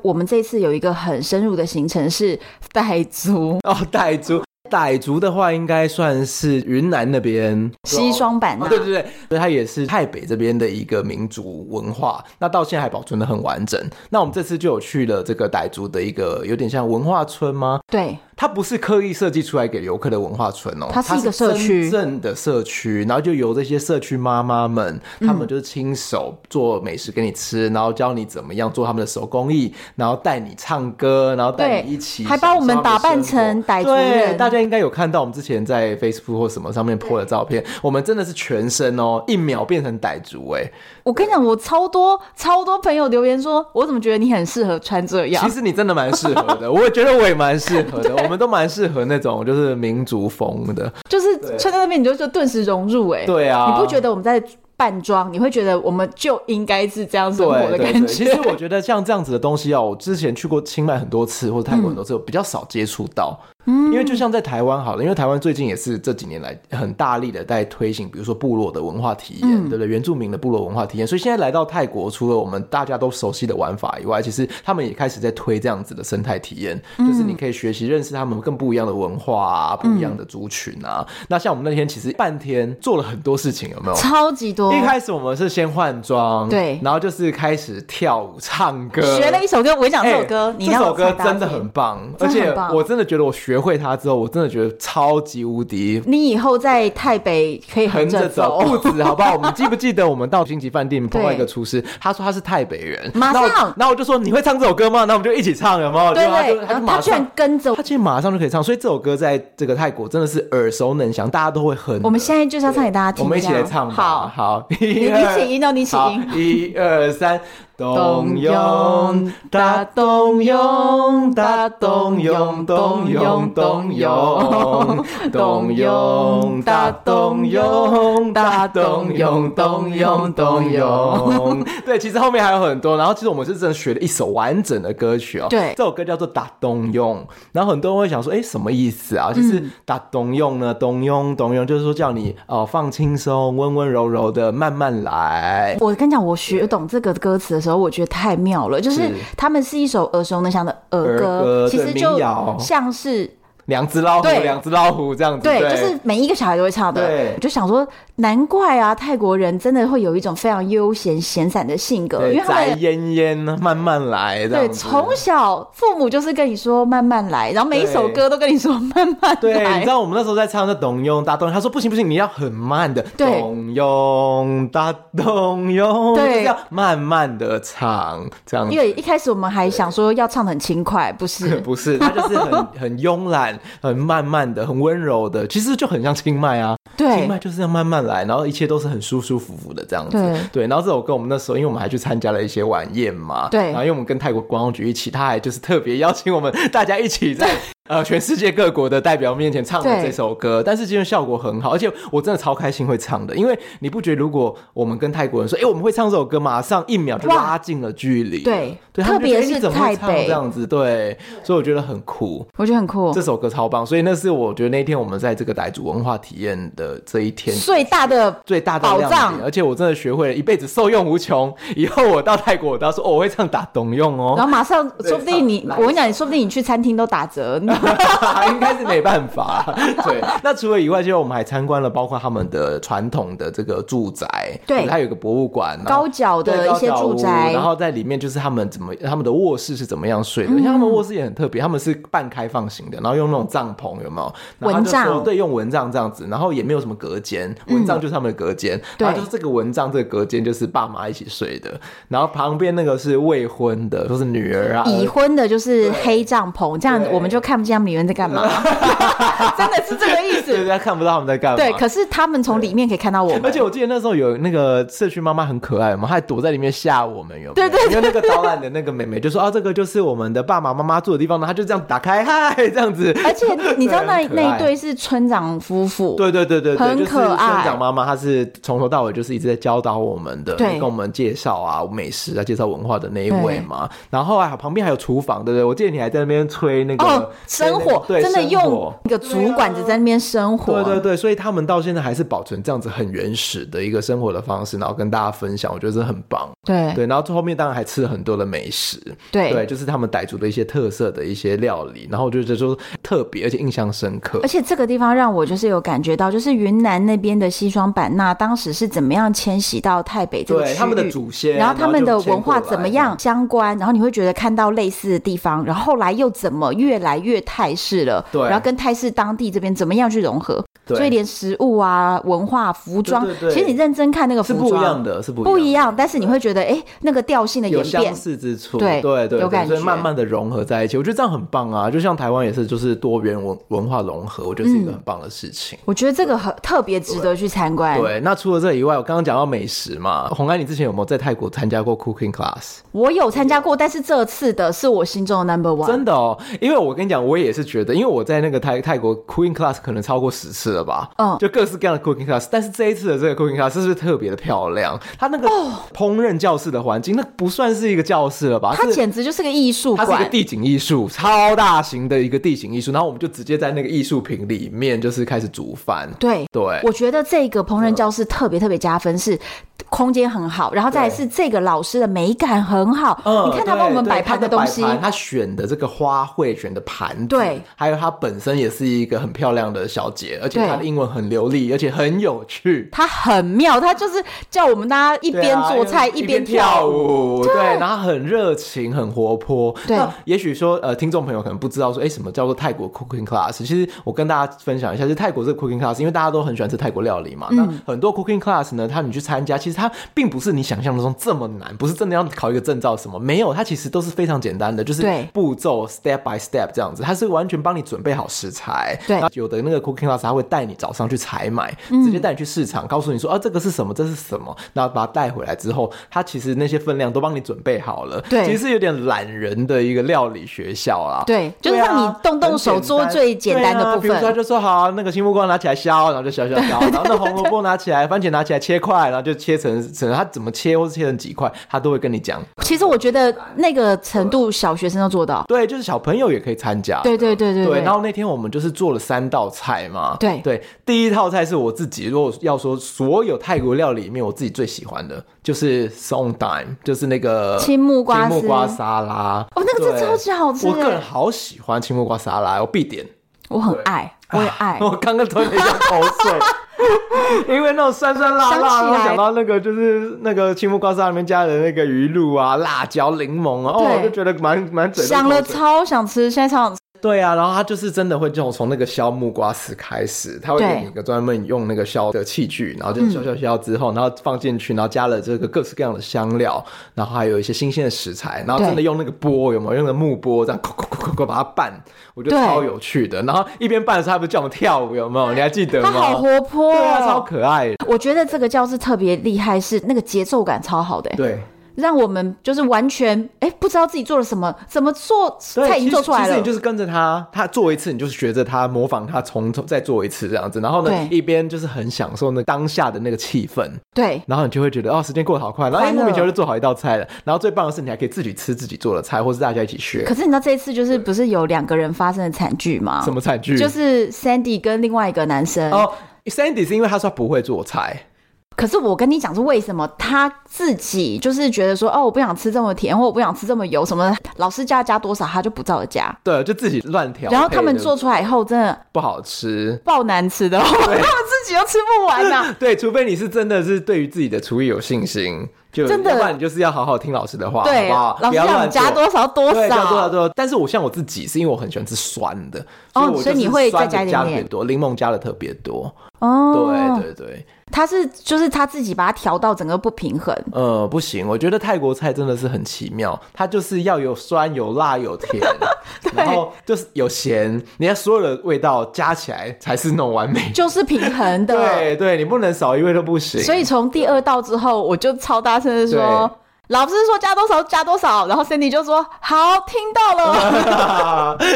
我们这次有一个很深入的行程是傣族哦，傣族。傣族的话，应该算是云南那边西双版啊纳，哦，对对对，所以它也是泰北这边的一个民族文化，那到现在还保存的很完整。那我们这次就有去了这个傣族的一个有点像文化村吗？对它不是刻意设计出来给游客的文化村哦，它是一个社区它是真正的社区，然后就由这些社区妈妈们，他们就是亲手做美食给你吃，然后教你怎么样做他们的手工艺，然后带你唱歌，然后带对你一起，还把我们打扮成傣族对，人，大家应该有看到我们之前在 Facebook 或什么上面 po 的照片，我们真的是全身哦，一秒变成傣族哎、我跟你讲，我超多超多朋友留言说，我怎么觉得你很适合穿这样其？实你真的蛮适合 的，我也觉得我也蛮适合的，我们都蛮适合那种就是民族风的。就是穿在那边，你就就顿时融入、哎，、对啊，你不觉得我们在扮装？你会觉得我们就应该是这样生活的对对感对，觉。其实我觉得像这样子的东西啊，我之前去过清迈很多次，或者泰国很多次，我比较少接触到。嗯，因为就像在台湾好了，因为台湾最近也是这几年来很大力的在推行，比如说部落的文化体验，嗯对不对？原住民的部落文化体验，所以现在来到泰国，除了我们大家都熟悉的玩法以外，其实他们也开始在推这样子的生态体验，嗯就是你可以学习认识他们更不一样的文化啊，不一样的族群啊。那像我们那天其实半天做了很多事情，有没有？ 超级多，一开始我们是先换装，哦对然后就是开始跳舞、唱歌，学了一首歌，我跟你讲这首歌，哎你这让首我歌猜答真的题很棒，真而的且很棒我真的觉得我学会它之后，我真的觉得超级无敌。你以后在台北可以横横着着走走，哦不止，好不好？我们记不记得我们到星级饭店碰到对一个 厨师，他说他是台北人，马上然后我然后我就说你会唱这首歌吗？那我们就一起唱，有没有？对就他对就，他然就后马他居上然，跟着我他，其实马上就可以唱，所以这首歌在这个泰国真的是耳熟能详，大家都会哼的。我们现在就是要唱给大家听，我们一起来这样唱吧。好，好，你 你起音哦你起音一二三，动用大动用大动用动用 动用动用大动用大动用动用动用。 对，其实后面还有很多，然后其实我们是真的学了一首完整的歌曲哦。对这首歌叫做《打动用》，然后很多人会想说，哎，什么意思嗯啊？就是打动用呢，动用动用，就是说叫你哦、呃放轻松，温温柔柔的慢慢来。我跟你讲，我学懂这个歌词的时候，我觉得太妙了。就是是他们是一首耳熟能详的儿儿歌歌，其对实就民谣像是两只老虎，对两只老虎这样子，对，就是每一个小孩都会唱的对。我就想说，难怪啊，泰国人真的会有一种非常悠闲闲散的性格，因对为他宅们。烟烟，慢慢来这对，样子。从小父母就是跟你说慢慢来，然后每一首对歌都跟你说慢慢 对，你来 知。道我们那时候在唱那董永大动，他说不行不行，你要很慢的，对董永大动永，对就是要慢慢的唱这样子因。为一开始我们还想说要唱得很轻快，不是？ 不是，他就 是很很慵懒、很慢慢的、很温柔的，其实就很像清迈啊。清对迈就是要慢慢来，然后一切都是很舒舒服服的这样子。对然后这首歌我们那时候，因为我们还去参加了一些晚宴嘛，对然后因为我们跟泰国观光局一起，他还就是特别邀请我们大家一起在。呃，全世界各国的代表面前唱了对这首歌，但是今天效果很好，而且我真的超开心会唱的，因为你不觉得如果我们跟泰国人说，哎、我们会唱这首歌，马上一秒就哇拉近了距离了，对对，他们就觉得特别是诶你怎么会唱泰北这样子，对，所以我觉得很酷。我觉得很酷这。首歌超棒，所以那是我觉得那天我们在这个傣族文化体验的这一天最大的最大的宝亮藏点，而且我真的学会了，一辈子受用无穷。以后我到泰国，我到时候、哦我会唱打懂用然 哦。后马上，说不定你，对 我跟你讲，说不定你去餐厅都打折，你应该是没办 法。对，那除了以外，其实我们还参观了包括他们的传统的这个住宅，对就是它有一个博物馆，然后高脚的一些对高脚住屋宅然后在里面就是他们怎么他们的卧室是怎么样睡的，像嗯他们卧室也很特别，他们是半开放型的，然后用那种帐篷有没有？然后他蚊就说帐嗯对，用蚊帐这样子，然后也没有什么隔间，蚊帐就是他们的隔间，对然后就是这个蚊帐这个隔间就是爸妈一起睡的，然后旁边那个是未婚的，都是女儿啊，已婚的就是黑帐篷，这样对我们就看不见他们里面在 干嘛，真的是这个意对，思。大家看不到他们在干嘛。对，可是他们从里面可以看到我们，而且我记得那时候有那个社区妈妈很可爱嘛，她还躲在里面吓我们，有没对有？对因为那个导览的那个妹妹就说啊，这个就是我们的爸爸妈妈住的地方，然后她就这样打开，嗨，这样子。而且你知道那 对很可爱那一对是村长夫妇，对对对对对，很可就是爱村长妈妈，她是从头到尾就是一直在教导我们的，对跟我们介绍啊美食啊，介绍文化的那一位嘛。然后啊，旁边还有厨房，对不对？我记得你还在那边吹那个哦，生对那火个对真的生用火一个竹管子在那边生火，对对对，所以他们到现在还是保存这样子很原始的一个生活的方式，然后跟大家分享，我觉得这很棒。对对，然后最后面当然还吃了很多的美食，哎对就是他们傣族的一些特色的一些料理，然后我就觉得说特别，而且印象深刻而。且这个地方让我就是有感觉到，就是云南那边的西双版纳当时是怎么样迁徙到太北这个区对域，他们的祖先，然后他们的就迁文化过来怎么样？相关，然后你会觉得看到类似的地方，然后后来又怎么越来越泰式了？对然后跟泰式当地这边怎么样去融合？对所以连食物啊、文化、服装，对对对其实你认真看那个服装是不一样，的，是不不一一样的。样，但是你会觉得哎，那个调性的有演变相，似之处，对对对有感所以觉慢慢的融合在一起，我觉得这样很棒啊！就像台湾也是，就是多元文文化融合，我觉得是一个很棒的事情。我觉得这个很特别值得去参观。对，那除了这以外，我刚刚讲到美食嘛，红安，你之前有没有在泰国参加过 cooking class？我有参加过，但是这次的是我心中的 number one。真的哦，因为我跟你讲，我也是觉得，因为我在那个泰泰国 cooking class 可能超过十次了吧，嗯就各式各样的 cooking class，但是这一次的这个 cooking class 是不是特别的漂亮？它那个哦烹饪教室的环境，那不算是一个教室了吧？它啊是简直就是个艺术它是一个馆，地景艺术，超大型的一个地景艺术，然后我们就直接在那个艺术品里面就是开始煮饭，对，对，我觉得这个烹饪教室特别特别加分，是空间很好，然后再来对是这个老师的美感很好。嗯，你看他帮我们对摆对盘他的东西摆，盘他选的这个花卉，选的盘子，对，还有他本身也是一个很漂亮的小姐，而且对她的英文很流利，而且很有趣。他很妙，他就是叫我们大家一对边啊做菜因为一边跳舞。舞，对，然后很热情，很活泼。对那也许说，呃，听众朋友可能不知道说，哎，什么叫做泰国 cooking class？其实我跟大家分享一下，就是泰国这个 cooking class，因为大家都很喜欢吃泰国料理嗯嘛。那很多 cooking class 呢，它你去参加，其实它并不是你想象中这么难，不是真的要考一个证照什么，没有，它其实都是非常简单的，就是对步骤 step by step 这样子，它是完全帮你准备好食材。对嗯那有的那个 cooking class 它会带你早上去采买，直接带你去市场，告诉你说啊这个是什么，这是什么，然后把它带回来之后，它其实那些分量都帮你准备好了。对其实是有点懒人的一个料理学校啦。对就是让你动动手做最简单的部分对啊很简单对啊比如说他就说好、那个青木瓜拿起来削，然后就削削 削，然后那红萝卜拿起来，番茄拿起来切块，然后就切成成它怎么切或是切成几块，他都会跟你讲。其实我觉得那个程度，小学生都做到。对，就是小朋友也可以参加的。对对对对对对然后那天我们就是做了三道菜嘛。对对，第一道菜是我自己，如果要说所有泰国料理里面我自己最喜欢的，就是 song time，就是那个青木瓜丝青木瓜沙拉。哦，那个真对的超级好吃我个人哎，好喜欢青木瓜沙拉，我必点。我很爱，我也 爱。我刚刚吞了一下口 水，因为那种酸酸辣辣，想起来然后想到那个就是那个青木瓜沙拉里面加的那个鱼露啊、辣椒、柠檬啊，哦，对我就觉得蛮蛮嘴都想了口水超想吃，现在超想吃。对啊，然后它就是真的会这种从那个削木瓜丝开始，它会对给你一个专门用那个削的器具，然后就削削削之后，然后放进去，然后加了这个各式各样的香料，然后还有一些新鲜的食材，然后对真的用那个钵有没有？用那个木钵这样，咕咕咕咕咕把它拌，我觉得对超有趣的。然后一边拌的时候，他不是叫我们跳舞有没有？你还记得他吗？好活泼、对哦，啊，超可爱的。我觉得这个教室特别厉害，是那个节奏感超好的、欸对，让我们就是完全哎、不知道自己做了什么，怎么做对菜已经做出来其实其实了你。就是跟着他，他做一次，你就是学着他，模仿他，从头再做一次这样子。然后呢，对一边就是很享受那当下的那个气氛，对然后你就会觉得哦，时间过得好快，然后哎快乐莫名其妙就做好一道菜了。然后最棒的是，你还可以自己吃自己做的菜，或是大家一起学可是你知道这一次就是不是有两个人发生的惨剧吗？什么菜哦剧。就是 Sandy 跟另外一个男生。哦，Sandy 是因为他说他不会做菜，可是我跟你讲是为什么，他自己就是觉得说，哦，我不想吃这么甜，或我不想吃这么油什么的，老师叫他加多少，他就不照着加。对，就自己乱调配的。然后他们做出来以后，真的不好吃，爆难吃的，他 们自己又吃不完啊呐、对，除非你是真的是对于自己的厨艺有信心，就真的要不然你就是要好 好听老师的话，对，好不好？老不师要让乱你加做多少多对，加多少少，多少。但是我像我自己，是因为我很喜欢吃酸的，哦我所以就是你会酸再加的一加点的点多，柠檬加的特别多。哦，对对对，他是就是他自己把它调到整个不平衡。呃，不行，我觉得泰国菜真的是很奇妙，它就是要有酸、有辣、有 甜，然后就是有咸，你要所有的味道加起来才是弄完美。就是平衡的。 对对，你不能少一味都不行。所以 从第二道之后，我就超大声的说对：“老师说加多少加多少。”然后 Cindy 就说：“好，听到了。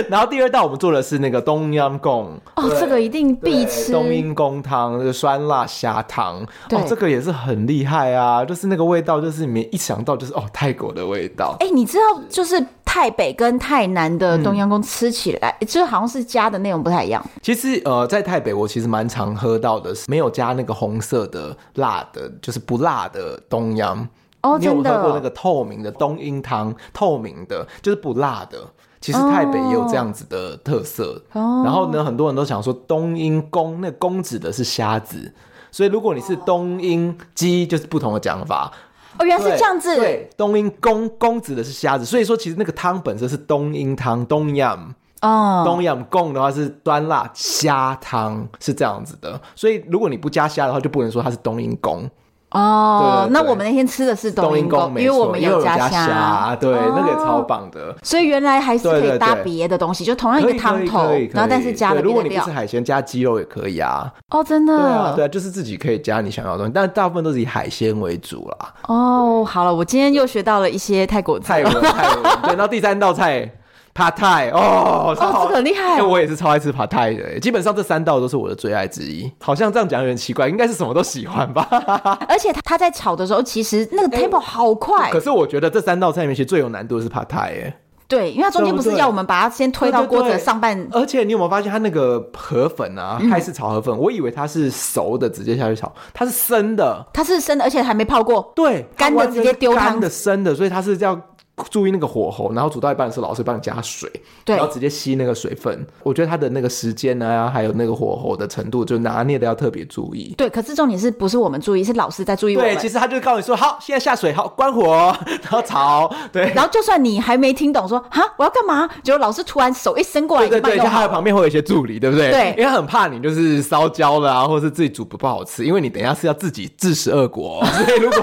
然后第二道我们做的是那个东阳贡” 哦，这个一定必吃。冬阴功汤，那个酸辣虾汤，对哦，这个也是很厉害啊！就是那个味道，就是你一想到就是哦，泰国的味道。哎、你知道就是台北跟台南的东阳宫吃起来，嗯就是好像是加的内容不太一样。其实呃，在台北我其实蛮常喝到的，是没有加那个红色的辣的，就是不辣的东阳。哦，你有真喝的过那哦。个透明的冬阴汤，透明的，就是不辣的。其实台北也有这样子的特色。哦然后呢，很多人都想说冬阴公，那公指的是虾子。所以，如果你是冬阴鸡，就是不同的讲法。哦，原来是对这样子。对，冬阴公公指的是虾子，所以说其实那个汤本身是冬阴汤，冬阳。哦，东阳贡的话是酸辣虾汤，是这样子的。所以如果你不加虾的话，就不能说它是冬阴功。哦，对对那我们那天吃的是东冬阳阴宫，功因没为错，我们有加加虾，对，那个也超哦棒的。所以原来还是可对以对搭对别的东西，就同样一可个以可汤以头可以，可然后但是以加了对如别的果你不料吃。海鲜，加鸡肉也可以啊。哦，真对啊，的，对啊，就是自己可以加你想要的东西，但大部分都是以海鲜为主啦。哦，好了，我今天又学到了一些泰国菜泰了。 文，泰文。对，然后第三道菜。帕泰哦，超好这个很厉害哎我也是超爱吃帕泰的，哎基本上这三道都是我的最爱之一。好像这样讲有点奇怪，应该是什么都喜欢吧？而且他他在炒的时候，其实那个 tempo 好快，哎可是我觉得这三道菜里面，其实最有难度的是 pad thai 耶。对，因为他中间不是对要我们把它先推到锅子的上半，而且你有没有发现，它那个河粉啊，嗯泰式炒河粉，我以为它是熟的直接下去炒，它是生的，它是生的，而且还没泡过。对，干的它完直全接丢汤干的生的，所以它是要注意那个火候，然后煮到一半的时候，老师帮你加水，对然后直接吸那个水分。我觉得它的那个时间啊，还有那个火候的程度，就拿捏的要特别注意。对，可是重点是不是我们注意，是老师在注意我对，其们。实他就告诉你说，好，现在下水，好，关火，哦然后炒，对。 然后就算你还没听懂说，哈，我要干嘛？结果老师突然手一伸过来，就对对帮对，你像弄他好的旁边会有一些助理，对不对？对因为他很怕你就是烧焦了啊，或者是自己煮不不好吃，因为你等一下是要自己自食 恶果哦、所以如果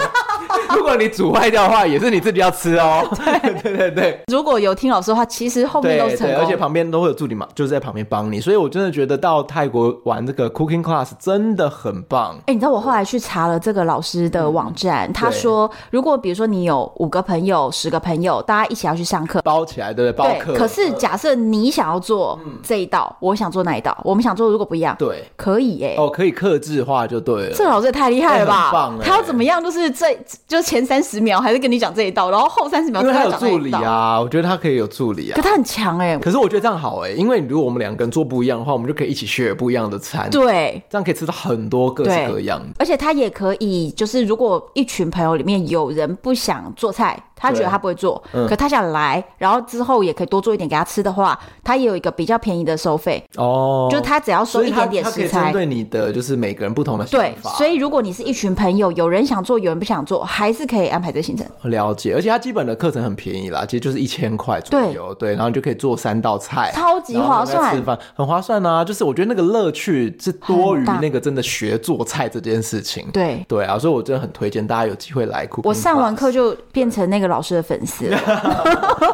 如果你煮坏掉的话，也是你自己要吃 哦。对对对如果有听老师的话，其实后面都 对是成对，而且功。旁边都会有助理嘛，就是在旁边帮你，所以我真的觉得到泰国玩这个 cooking class 真的很棒。哎、你知道我后来去查了这个老师的网站，他嗯对说，如果比如说你有五个朋友、十个朋友，大家一起要去上课，包起来，对不对？包嗯对，客。可是假设你想要做这一道，我想做那一道，我们想做如果不一样，对可以耶、哦，可以克制化就对了这。老师也太厉害了哎很吧棒！哎他要怎么样？就是这就前三十秒还是跟你讲这一道，然后后三十秒因为再他跟有他讲助那一理道。啊，我觉得他可以有助理啊可。他很强哎，可是我觉得这样好哎、因为如果我们两个人做不一样的话，我们就可以一起 share 不一样的餐，对，这样可以吃到很多各式各样的。而且他也可以，就是如果一群朋友里面有人不想做菜，他觉得对他不会做，嗯可他想来，然后之后也可以多做一点给他吃的话，他也有一个比较便宜的收费，哦，就是他只要收所以一他点点他可食以针材。对你的就是每个人不同的想对，法，所以如果你是一群朋友，有人想做，有人不想做，还是可以安排这个行程。了解。而且他基本的课程很便宜啦，其实就是一千块左右，对，然后你就可以做三道菜，超级然后划在那边算吃饭很划算啊。就是我觉得那个乐趣是多于很大那个真的学做菜这件事情。对，对啊，所以我真的很推荐大家有机会来 Cooking 我上完 Class 课，就变成那个老师的粉丝 了，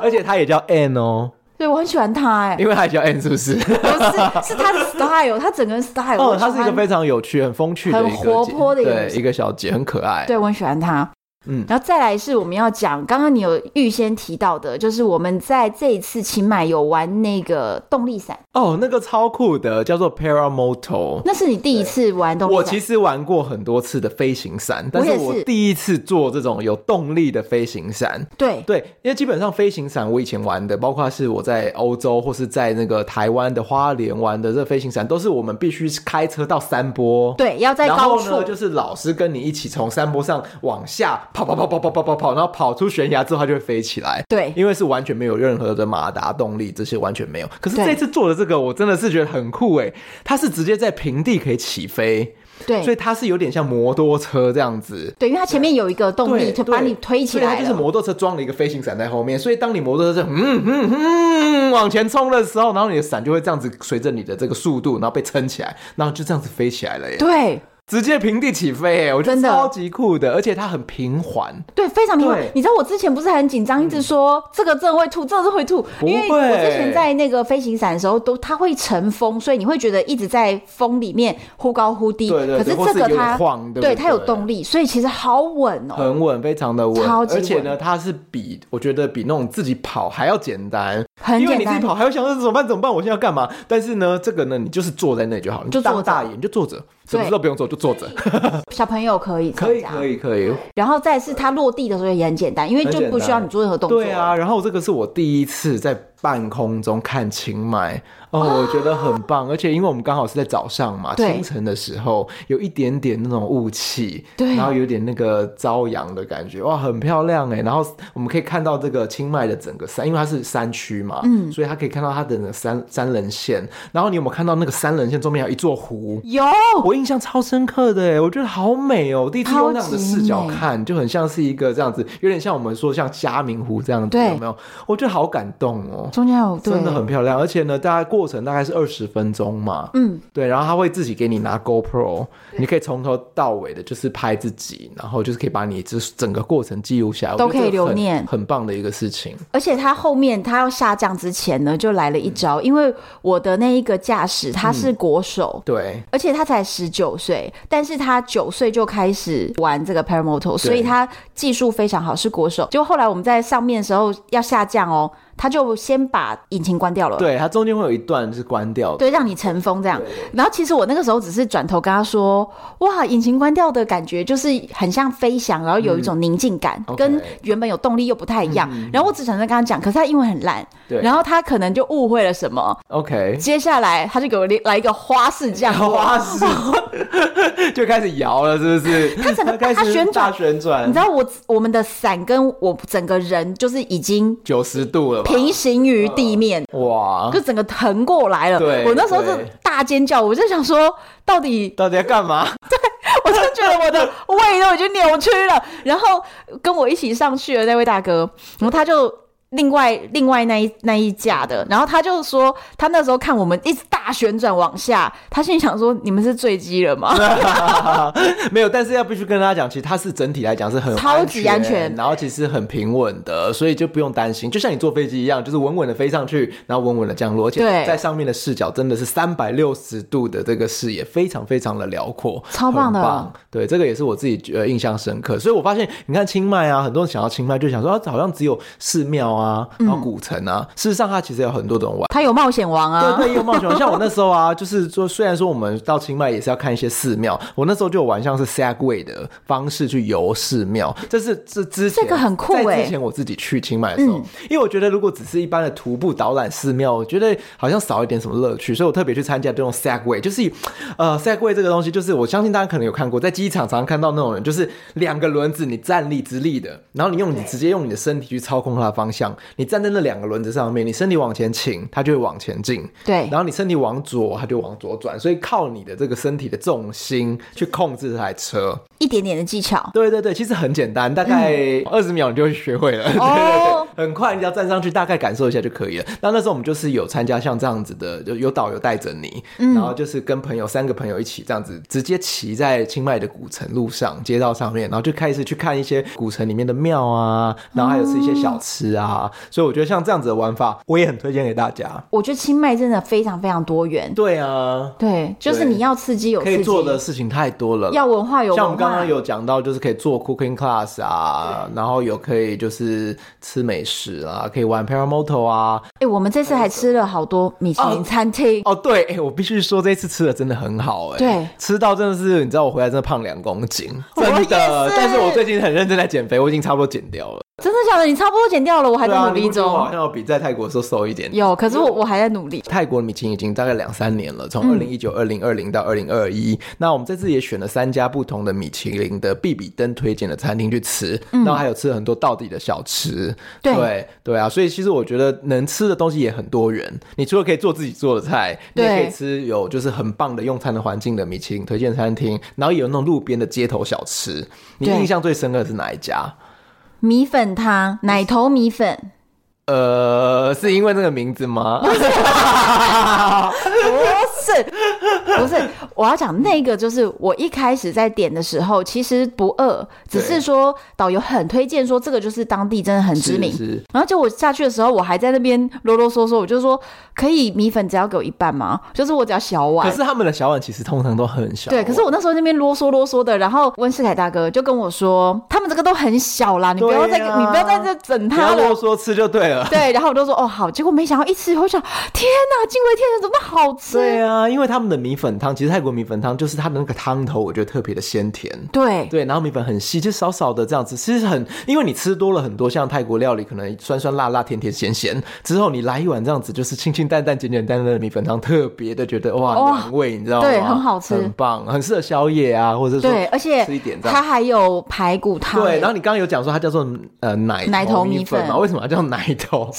而且他也叫 N 哦， 对我很喜欢他哎、因为他也叫 N 是不是？不是，是他的 style，他整个人 style，、哎哦，我喜她是一个欢非常有趣、很风趣的一个很活泼的一姐个女对一个小姐，很可爱。对我很喜欢他。嗯，然后再来是我们要讲，刚刚你有预先提到的，就是我们在这一次清迈有玩那个动力伞，哦，那个超酷的，叫做 Paramoto。那是你第一次玩动力伞。我其实玩过很多次的飞行伞，但啊我也是是我第一次做这种有动力的飞行伞。对对，因为基本上飞行伞我以前玩的，包括是我在欧洲或是在那个台湾的花莲玩的这飞行伞，都是我们必须开车到山坡，对，要在然高后处呢，就是老师跟你一起从山坡上往下跑跑跑跑跑跑跑跑，然后跑出悬崖之后，它就会飞起来。对因为是完全没有任何的马达动力，这些完全没有。可是对这次做的这个，我真的是觉得很酷诶，它是直接在平地可以起飞，对所以它是有点像摩托车这样子。对，因为它前面有一个动力，对，就对把你推起所来以了。它就是摩托车装了一个飞行伞在后面，所以当你摩托车嗯嗯嗯往前冲的时候，然后你的伞就会这样子随着你的这个速度，然后被撑起来，然后就这样子飞起来了耶。对直接平地起飞、欸，我觉得真的超级酷的，而且它很平缓。对，非常明白对。嗯你知道我之前不是很紧张，一直说这个真的会吐，这个会吐，不因为我之前会在那个飞行伞的时候都它会乘风，所以你会觉得一直在风里面忽高忽低。对对对可是这或个是有点它晃对不对它有动力，所以其实好稳哦。很稳，非常的稳，超级稳而且呢，它是比我觉得比那种自己跑还要简单，很因为简你自己单，跑还要想说怎么办怎么办，我现在要干嘛？但是呢，这个呢，你就是坐在那里就好，你就坐着当大爷，你就坐着，什么事都不用做，就坐着，小朋友可以啊可以参加 可以可以，然后再是它落地的时候也很简单，因为就不需要你做任何动作。对，啊。然后这个是我第一次在半空中看清迈，哦，我觉得很棒，而且因为我们刚好是在早上嘛，啊对清晨的时候有一点点那种雾气，对然后有点那个朝阳的感觉，哇，很漂亮哎。然后我们可以看到这个清迈的整个山，因为它是山区嘛，嗯，所以它可以看到它的那个山山棱线。然后你有没有看到那个山棱线中间还有一座湖？有我印象超深刻的哎，我觉得好美哦！我第一次用那样的视角看，就很像是一个这样子，有点像我们说像嘉明湖这样子，对有没有？我觉得好感动哦，中间有对真的很漂亮。而且呢，大概过程大概是二十分钟嘛，嗯，对，然后他会自己给你拿 GoPro，你可以从头到尾的就是拍自己，然后就是可以把你这整个过程记录下来，都我觉得可以这个留很念很棒的一个事情。而且他后面他要下降之前呢，就来了一嗯招，因为我的那一个驾驶他是国手。对，而且他才十九岁，但是他九岁就开始玩这个 paramoto，所以他技术非常好，是国手。就后来我们在上面的时候要下降哦，他就先把引擎关掉了，对，它中间会有一段是关掉的，对，让你乘风这样。然后其实我那个时候只是转头跟他说：“哇，引擎关掉的感觉就是很像飞翔，然后有一种宁静感，嗯 OK 嗯跟原本有动力又不太一样。然后我只想着跟他讲，可是他英文很烂，对然后他可能就误会了什么。 ，OK。接下来他就给我来一个花式降落， 花式 就开始摇了，是不是？它整个 开大始旋转大旋转，你知道我我们的伞跟我整个人就是已经九十度了吧？平行于地面。哇就，整个横过来了，嗯对我那时候就对大尖叫，我就想说，到底到底要干嘛？ 我真的觉得我的胃都已经扭曲了。然后跟我一起上去的那位大哥，然后他就另外另外那一那一架的，然后他就说，他那时候看我们一直大旋转往下，他心里想说，你们是坠机了 吗？没有，但是要必须跟大家讲，其实它是整体来讲是很超级安全然后其实很平稳的，所以就不用担心。就像你坐飞机一样，就是稳稳的飞上去，然后稳稳的降落，而且对在上面的视角真的是三百六十度的这个视野，非常非常的辽阔，超棒的很棒。对，这个也是我自己觉得印象深刻。所以我发现，你看清迈啊，很多人想要清迈就想说，啊，好像只有寺庙啊，然后古城嗯啊。事实上，它其实有很多种玩。他有冒险王啊，对对，有冒险王。像我那时候啊，就是说，虽然说我们到清迈也是要看一些寺庙，我那时候就有玩像是 Segway 的方式去游寺庙，这是这之前这个很酷在欸之前我自己去清迈的时候，因为我觉得如果只是一般的徒步导览寺庙，我觉得好像少一点什么乐趣，所以我特别去参加这种 Segway，就是呃 Segway 这个东西，就是我相信大家可能有看过，在机场常常看到那种人，就是两个轮子你站立直立的，然后你用你直接用你的身体去操控它的方向，你站在那两个轮子上面，你身体往前倾，它就会往前进。对然后你身体往左，它就往左转，所以靠你的这个身体的重心去控制这台车。一点点的技巧。 对对对，其实很简单，大概二十秒你就会学会了。对对对哦，很快你只要站上去，大概感受一下就可以了。那那时候我们就是有参加像这样子的，就有导游带着你，嗯然后就是跟朋友三个朋友一起这样子，直接骑在清迈的古城路上、街道上面，然后就开始去看一些古城里面的庙啊，然后还有吃一些小吃啊。哦所以我觉得像这样子的玩法，我也很推荐给大家。我觉得清迈真的非常非常多元，对啊，对，就是对你要刺激有可刺以激，做的事情太多了啦。要文化有文化，像我们刚刚有讲到，就是可以做 cooking class 啊，然后有可以就是吃美食啊，可以玩 paramoto 啊。哎、我们这次还吃了好多米其林餐厅，哦，对，哎、我必须说这次吃的真的很好、哎，对吃到真的是，你知道我回来真的胖两公斤， 我真也的。是但是我最近很认真在减肥，我已经差不多减掉了，真的假的？你差不多减掉了，我还对在啊努力你不觉得中。我好像有比在泰国的时候瘦一点。有，可是我我还在努力。泰国的米其林已经大概两三年了，嗯从二零一九、二零二零到二零二一。那我们这次也选了三家不同的米其林的必比登推荐的餐厅去吃，然后还有吃了很多道地的小吃。嗯对对对啊，所以其实我觉得能吃的东西也很多元。你除了可以做自己做的菜，你也对可以吃有就是很棒的用餐的环境的米其林推荐餐厅，然后也有那种路边的街头小吃。你对印象最深刻的是哪一家？米粉汤，奶头米粉，呃，是因为那个名字吗？不是，不是，我要讲那个就是我一开始在点的时候，其实不饿，只对是说导游很推荐说这个 就是当地真的很知名。 是是然后就我下去的时候，我还在那边啰啰嗦嗦，我就说可以米粉只要给我一半吗？就是我只要小碗可。是他们的小碗其实通常都很小。对，可是我那时候那边啰嗦啰嗦的，然后温世凯大哥就跟我说，他们这个都很小啦，你不要再、对啊你不要在这整不他要了啰。嗦，吃就 对了。对，然后我就说哦好，结果没想到一吃以后想，天哪，惊为天人，怎么好吃？对啊，因为他们的米粉汤，其实泰国米粉汤就是它的那个汤头，我觉得特别的鲜甜。对对，然后米粉很细，就少少的这样子，其实很，因为你吃多了很多像泰国料理，可能酸酸辣辣、甜甜咸咸，之后你来一碗这样子，就是清清淡淡、简简单单的米粉汤，特别的觉得哇哇暖胃，你知道吗？哦对很好吃很棒，很适合宵夜啊，或者说对而且吃一点这它样。还有排骨汤，欸对，然后你刚刚有讲说它叫做呃奶奶头头米米粉嘛，粉为什么它叫奶头？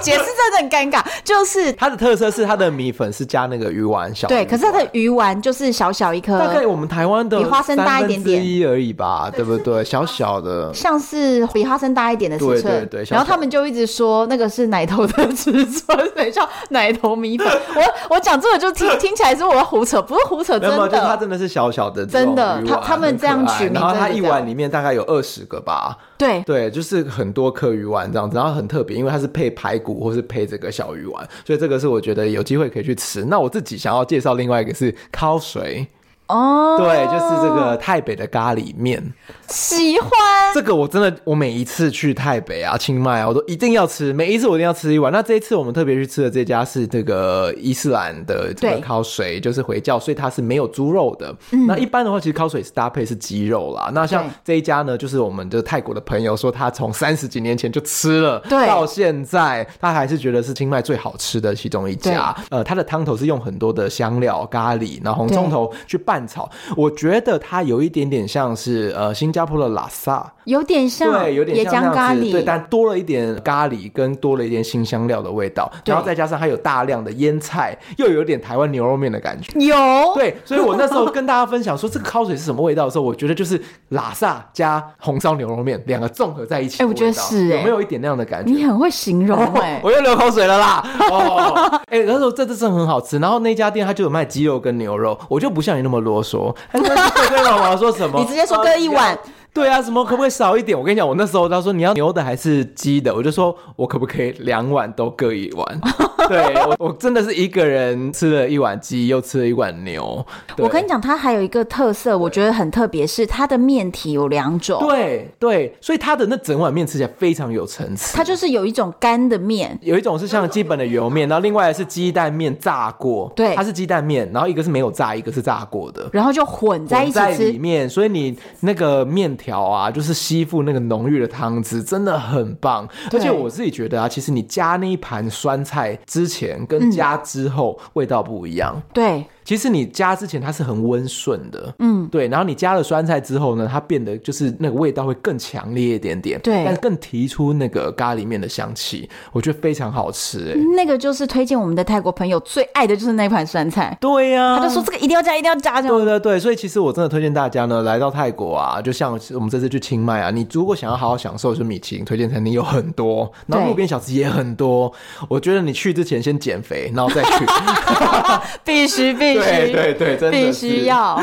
解释真的很尴尬，就是它的特色是它的米粉是加那个鱼丸小对，鱼可是它丸的鱼丸就是小小一颗，大概我们台湾的呃比花生大一点点三分之一而已吧，对不对？小小的，像是比花生大一点的尺寸，对对对小然后他们就一直说那个是奶头的尺寸，等一下奶头米粉。我我讲这个就 听听起来是我要胡扯，不是胡扯，没真有没有，就是它的。真的是小小的这真种鱼丸，的他他们很可这样取爱名然后真的它是一这样碗里面大概有二十个吧，对，对，就是很多颗鱼丸这样子，然后很特别，因为它是配排骨或是配这个小鱼丸，所以这个是我觉得有机会可以去吃。那我自己想要介绍另外一个是烤水，哦，对，就是这个台北的咖喱面。喜欢。这个我真的，我每一次去台北啊、清迈啊，我都一定要吃，每一次我一定要吃一碗。那这一次我们特别去吃的这家是这个伊斯兰的这对个烤水，就是回教，所以它是没有猪肉的。那一般的话，其实烤水是搭配是鸡肉啦。那像对这一家呢，就是我们的泰国的朋友说，他从三十几年前就吃了，对到现在他还是觉得是清迈最好吃的其中一家。呃，它的汤头是用很多的香料、咖喱，然后红对葱头去拌炒，我觉得它有一点点像是呃新加坡的拉萨。有点像对，有点椰像那浆样咖子喱，对，但多了一点咖喱，跟多了一点新香料的味道，对然后再加上它有大量的腌菜，又有点台湾牛肉面的感觉。有对，所以我那时候跟大家分享说这个烤水是什么味道的时候，我觉得就是拉萨加红烧牛肉面两个综合在一起的哎味我道。觉得是哎有没有一点那样的感觉？你很会形容哎、哦我又流口水了 啦！哦，哎、那时候这次真的很好吃。然后那家店它就有卖鸡肉跟牛肉，我就不像你那么啰嗦。他那时候对对老王说什么？ 你直接说各一碗，对啊，什么可不可以少一点？我跟你讲，我那时候他说你要牛的还是鸡的，我就说我可不可以两碗都各一 碗？对我，我真的是一个人吃了一碗鸡，又吃了一碗牛。对我跟你讲，它还有一个特色，我觉得很特别，是它的面体有两种，对对，所以它的那整碗面吃起来非常有层次。它就是有一种干的面，有一种是像基本的油面，然后另外是鸡蛋面炸过，对它是鸡蛋面，然后一个是没有炸，一个是炸过的。然后就混在一起混在里吃，面，所以你那个面条啊，就是吸附那个浓郁的汤汁，真的很棒。而对且我自己觉得啊，其实嗯你加那一盘酸菜之前跟加之后、味道不一样。对，其实你加之前它是很温顺的，嗯，对，然后你加了酸菜之后呢，它变得就是那个味道会更强烈一点点，对但更提出那个咖喱面的香气，我觉得非常好吃、欸，哎、那个就是推荐我们的泰国朋友最爱的就是那款酸菜，对呀、他就说这个一定要加，一定要加这样。对对对，所以其实我真的推荐大家呢，来到泰国啊，就像我们这次去清迈啊，你如果想要好好享受，就是米其林推荐餐厅有很多，然后对路边小吃也很多。我觉得你去之前先减肥，然后再去。必须 必须，对对对，真的必是须。要。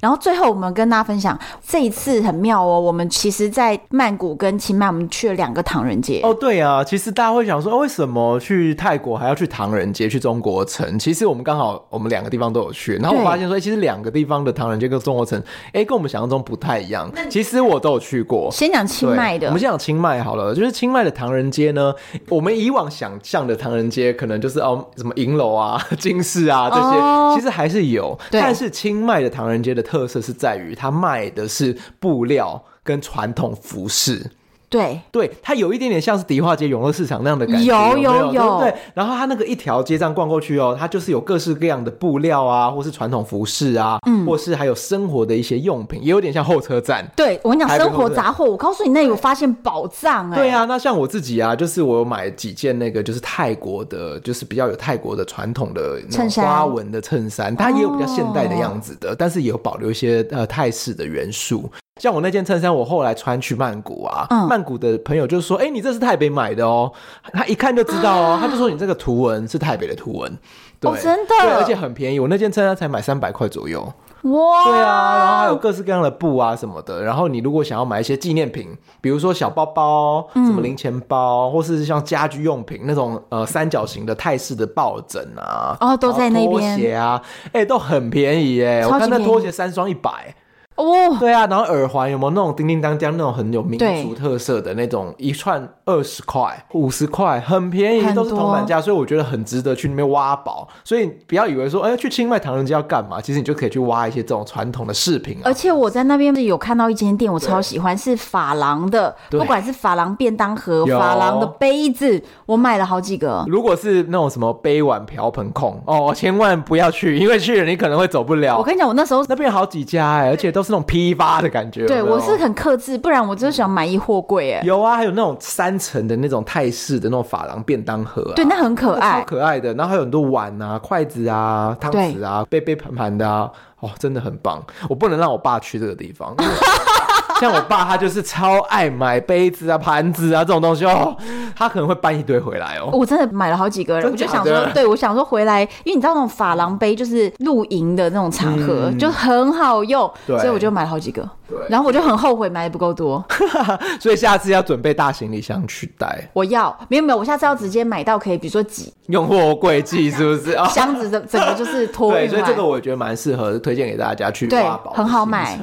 然后最后我们跟大家分享，这一次很妙哦，我们其实，在曼谷跟清迈，我们去了两个唐人街。哦，对啊，其实大家会想说，哦为什么去泰国还要去唐人街、去中国城？其实我们刚好我们两个地方都有去，然后我对发现说，哎其实两个地方的唐人街跟中国城，哎，跟我们想象中不太一样。其实我都有去过，先讲清迈对的我们，先讲清迈好了，就是清迈的唐人街呢，我们以往想象的唐人街可能就是哦什么银楼啊、 金饰啊这些，哦其实还是有。对但是清迈的唐人街的特色是在于它卖的是布料跟传统服饰。对对，它有一点点像是迪化街永乐市场那样的感觉，有有没有对不有对？然后它那个一条街这样逛过去哦，它就是有各式各样的布料啊，或是传统服饰啊，嗯，或是还有生活的一些用品，也有点像候车站。对，我跟你讲，还不生活错杂货，我告诉你，那有发现宝藏哎、对，啊，那像我自己啊，就是我有买几件那个就是泰国的，就是比较有泰国的传统的那种衬衫哦花纹的衬衫，它也有比较现代的样子的，但是也有保留一些呃泰式的元素。像我那件衬衫，我后来穿去曼谷啊，嗯曼谷的朋友就说：“哎、你这是台北买的哦。”他一看就知道哦，他就说你这个图文是台北的图文。对，啊哦真的对，而且很便宜，我那件衬衫才买三百块左右。哇，对啊，然后还有各式各样的布啊什么的。然后你如果想要买一些纪念品，比如说小包包、什么零钱包，嗯或是像家居用品那种呃三角形的泰式的抱枕啊，哦都在那边然后拖鞋啊，哎、都很便宜哎、超级我看那便宜拖鞋三双一百。哦， 对啊，然后耳环有没有那种叮叮当当那种很有民对族特色的那种，一串二十块、五十块，很便宜很，都是多铜板价，所以我觉得很值得去那边挖宝。所以不要以为说，哎、去清迈唐人街要干嘛？其实你就可以去挖一些这种传统的饰品啊而，且我在那边有看到一间店，我超喜欢，是珐琅的，对不管是珐琅便当盒、有珐琅的杯子，我买了好几个。如果是那种什么杯碗瓢盆控哦，千万不要去，因为去了你可能会走不我了。跟你讲，我那时候那边有好几家哎、而且都是那种批发的感觉。对有没有我是很克制，不然我真的想买一货柜哎。有啊，还有那种三层的那种泰式的那种珐琅便当盒、啊，对，那很可超爱。可爱的。然后还有很多碗啊、筷子啊、汤匙啊、杯杯盘盘的啊，哦，真的很棒。我不能让我爸去这个地方。因为像我 爸，他就是超爱买杯子啊、盘子啊这种东西哦，他可能会搬一堆回来哦。我真的买了好几个，真我就假想的说，对我想说回来，因为你知道那种珐琅杯就是露营的那种场合，就很好用，嗯对所以我就买了好几个对。然后我就很后悔买的不够多，所以下次要准备大行李箱去带，我要没有没有，我下次要直接买到可以，比如说几用货柜寄是不是啊？ 箱 子的整个就是托对，运所以来这个我觉得蛮适合推荐给大家去对挖宝的行程，很好买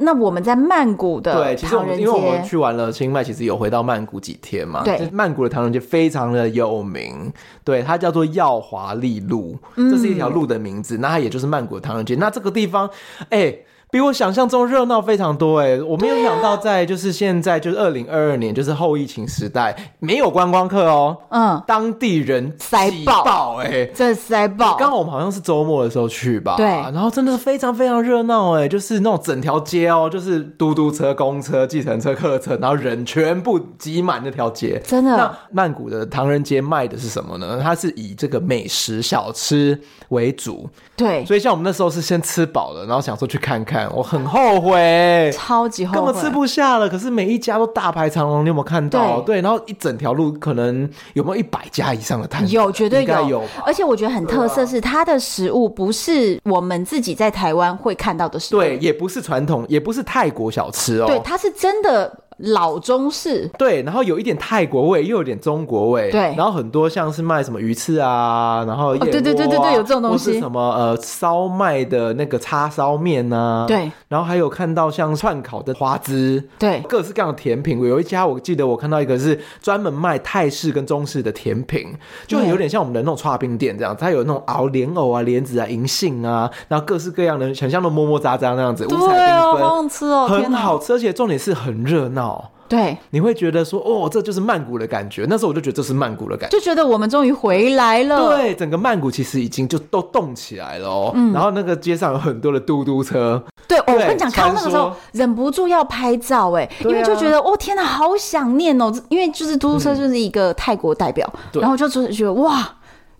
那我们在曼谷的对，其实我唐们人因为我们街，去完了清迈，其实有回到曼谷几天嘛。对就是曼谷的唐人街非常的有名，对，它叫做耀华利路，嗯这是一条路的名字。那它也就是曼谷的唐人街。那这个地方，哎、比我想象中热闹非常多哎、我没有想到在就是现在就是二零二二年就是后疫情时代，没有观光客哦，嗯，当地人塞挤爆爆哎、这塞爆，刚好我们好像是周末的时候去吧，对然后真的是非常非常热闹哎，就是那种整条街哦，就是嘟嘟车、公车、计程车、客车，然后人全部挤满那条街。真的那曼谷的唐人街卖的是什么呢？它是以这个美食小吃为主，对，所以像我们那时候是先吃饱了，然后想说去看看，我很后悔。超级后根悔，本吃不下了，可是每一家都大排长龙，你有没有看到？对，然后一整条路可能有没有一百家以上的摊？有，绝对应该有，有吧而且我觉得很特啊色是它的食物不是我们自己在台湾会看到的食物，对，也不是传统，也不是泰国小吃哦。对，它是真的老中式，对然后有一点泰国味，又有点中国味。对哦然后很多像是卖什么鱼翅啊，然后、啊对对对对对有这种东西是什么呃烧麦的那个叉烧面呐、对。然后还有看到像串烤的花枝，对各式各样的甜品。有一家我记得我看到一个是专门卖泰式跟中式的甜品，就对有点像我们的那种串冰店这样，它有那种熬莲藕啊、莲子啊、银杏啊，然后各式各样的，很像那种么么喳喳那样子，五彩对哦，好缤想纷。吃哦，天很哪，好吃，而且重点是很热闹。对，你会觉得说，哦，这就是曼谷的感觉。那时候我就觉得这是曼谷的感觉。就觉得我们终于回来了。对，整个曼谷其实已经就都动起来了哦。嗯然后那个街上有很多的嘟嘟车，对，哦我对跟你讲，看到那个时候传说忍不住要拍照哎、因对啊为就觉得哦天哪，好想念哦，因为就是嘟嘟车就是一个泰国代表，对然后就觉得哇。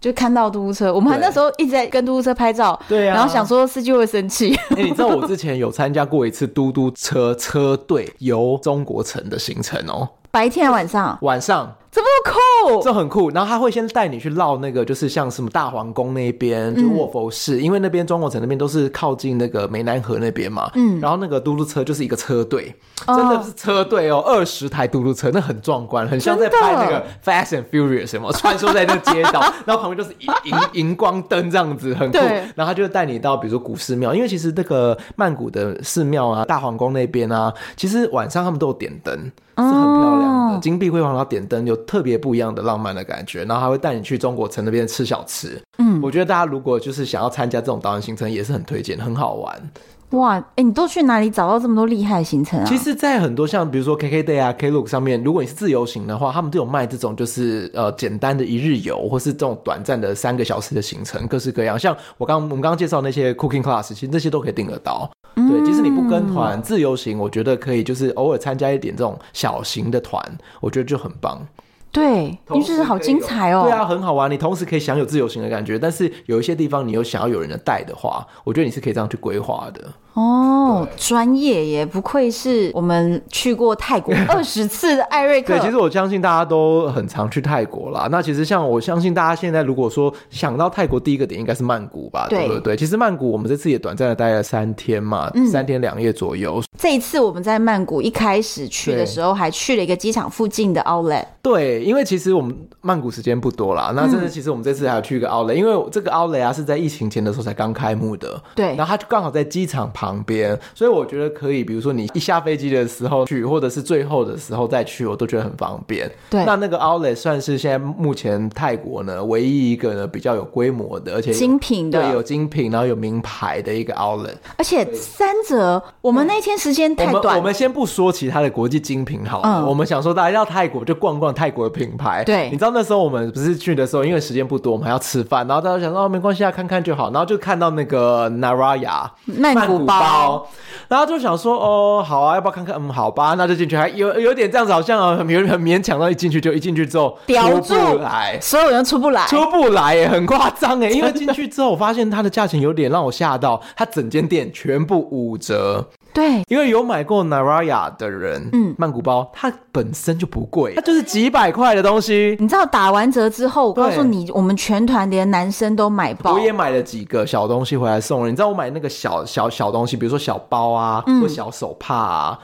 就看到嘟嘟车，我们还对那时候一直在跟嘟嘟车拍照，对啊然后想说司机会生气， 哎、你知道我之前有参加过一次嘟嘟车车队游中国城的行程哦，白天还晚上晚上怎么那么酷？这很酷。然后他会先带你去绕那个，就是像什么大皇宫那嗯边，就卧佛寺，因为那边中国城那边都是靠近那个湄南河那边嘛。嗯，然后那个嘟嘟车就是一个车队，哦真的是车队哦，二十台嘟嘟车，那很壮观，很像在真的拍那个《Fast and Furious》什么，穿梭在那街道， 然后旁边就是荧荧荧光灯这样子，很酷。对然后他就带你到比如说古寺庙，因为其实那个曼谷的寺庙啊、大皇宫那边啊，其实晚上他们都有点灯，是很漂亮的。哦金碧辉煌，然后点灯有特别不一样的浪漫的感觉，然后还会带你去中国城那边吃小吃。嗯，我觉得大家如果就是想要参加这种导演行程，也是很推荐，很好玩。哇，哎、你都去哪里找到这么多厉害的行程啊？其实，在很多像比如说 KKday 啊、Klook 上面，如果你是自由行的话，他们都有卖这种就是呃简单的一日游，或是这种短暂的三个小时的行程，各式各样。像我刚我们刚刚介绍那些 Cooking Class，其实这些都可以订得到。嗯对，即使你不跟团，自由行，我觉得可以就是偶尔参加一点这种小型的团，我觉得就很棒。对，因同为时就是好精彩哦。对啊，很好玩。你同时可以享有自由行的感觉，但是有一些地方你又想要有人的带的话，我觉得你是可以这样去规划的。哦，专业耶，不愧是我们去过泰 国二十次的艾瑞克。对，其实我相信大家都很常去泰国啦。那其实像我相信大家现在如果说想到泰国第一个点应该是曼谷吧，对对不对？其实曼谷我们这次也短暂的待了三天嘛，三天两夜左右。这一次我们在曼谷一开始去的对时候，还去了一个机场附近的 Outlet。对，因为其实我们曼谷时间不多嗯啦，那真的其实我们这次还有去一个奥雷、因为这个奥雷啊是在疫情前的时候才刚开幕的，对然后它就刚好在机场旁边，所以我觉得可以，比如说你一下飞机的时候去，或者是最后的时候再去，我都觉得很方便。对那那个奥雷算是现在目前泰国呢唯一一个呢比较有规模的，而且有精品的对，有精品，然后有名牌的一个 outlet。而且三折，我们那天时间我太们短我们先不说其他的国际精品好了，嗯我们想说大家到泰国就逛逛泰国的品牌。对你知道那时候我们不是去的时候，因为时间不多，我们还要吃饭，然后大家想说哦没关系啊，看看就好，然后就看到那个 Naraya 曼谷包，然后就想说哦好啊，要不要看看？嗯，好吧，那就进去，还有有点这样子，好像啊很勉很勉强，到一进去就一进去 之后叼住出不来，。所有人出不来。出不来耶，很夸张哎！因为进去之后，我发现它的价钱有点让我吓到，它整间店全部五折。对，因为有买过 Naraya 的人，嗯，曼谷包它本身就不贵，它就是几百块的东西。你知道打完折之后，我对告诉你，我们全团连男生都买爆我。也买了几个小东西回来送人，你知道我买那个小小小东西，比如说小包啊，或小手帕啊，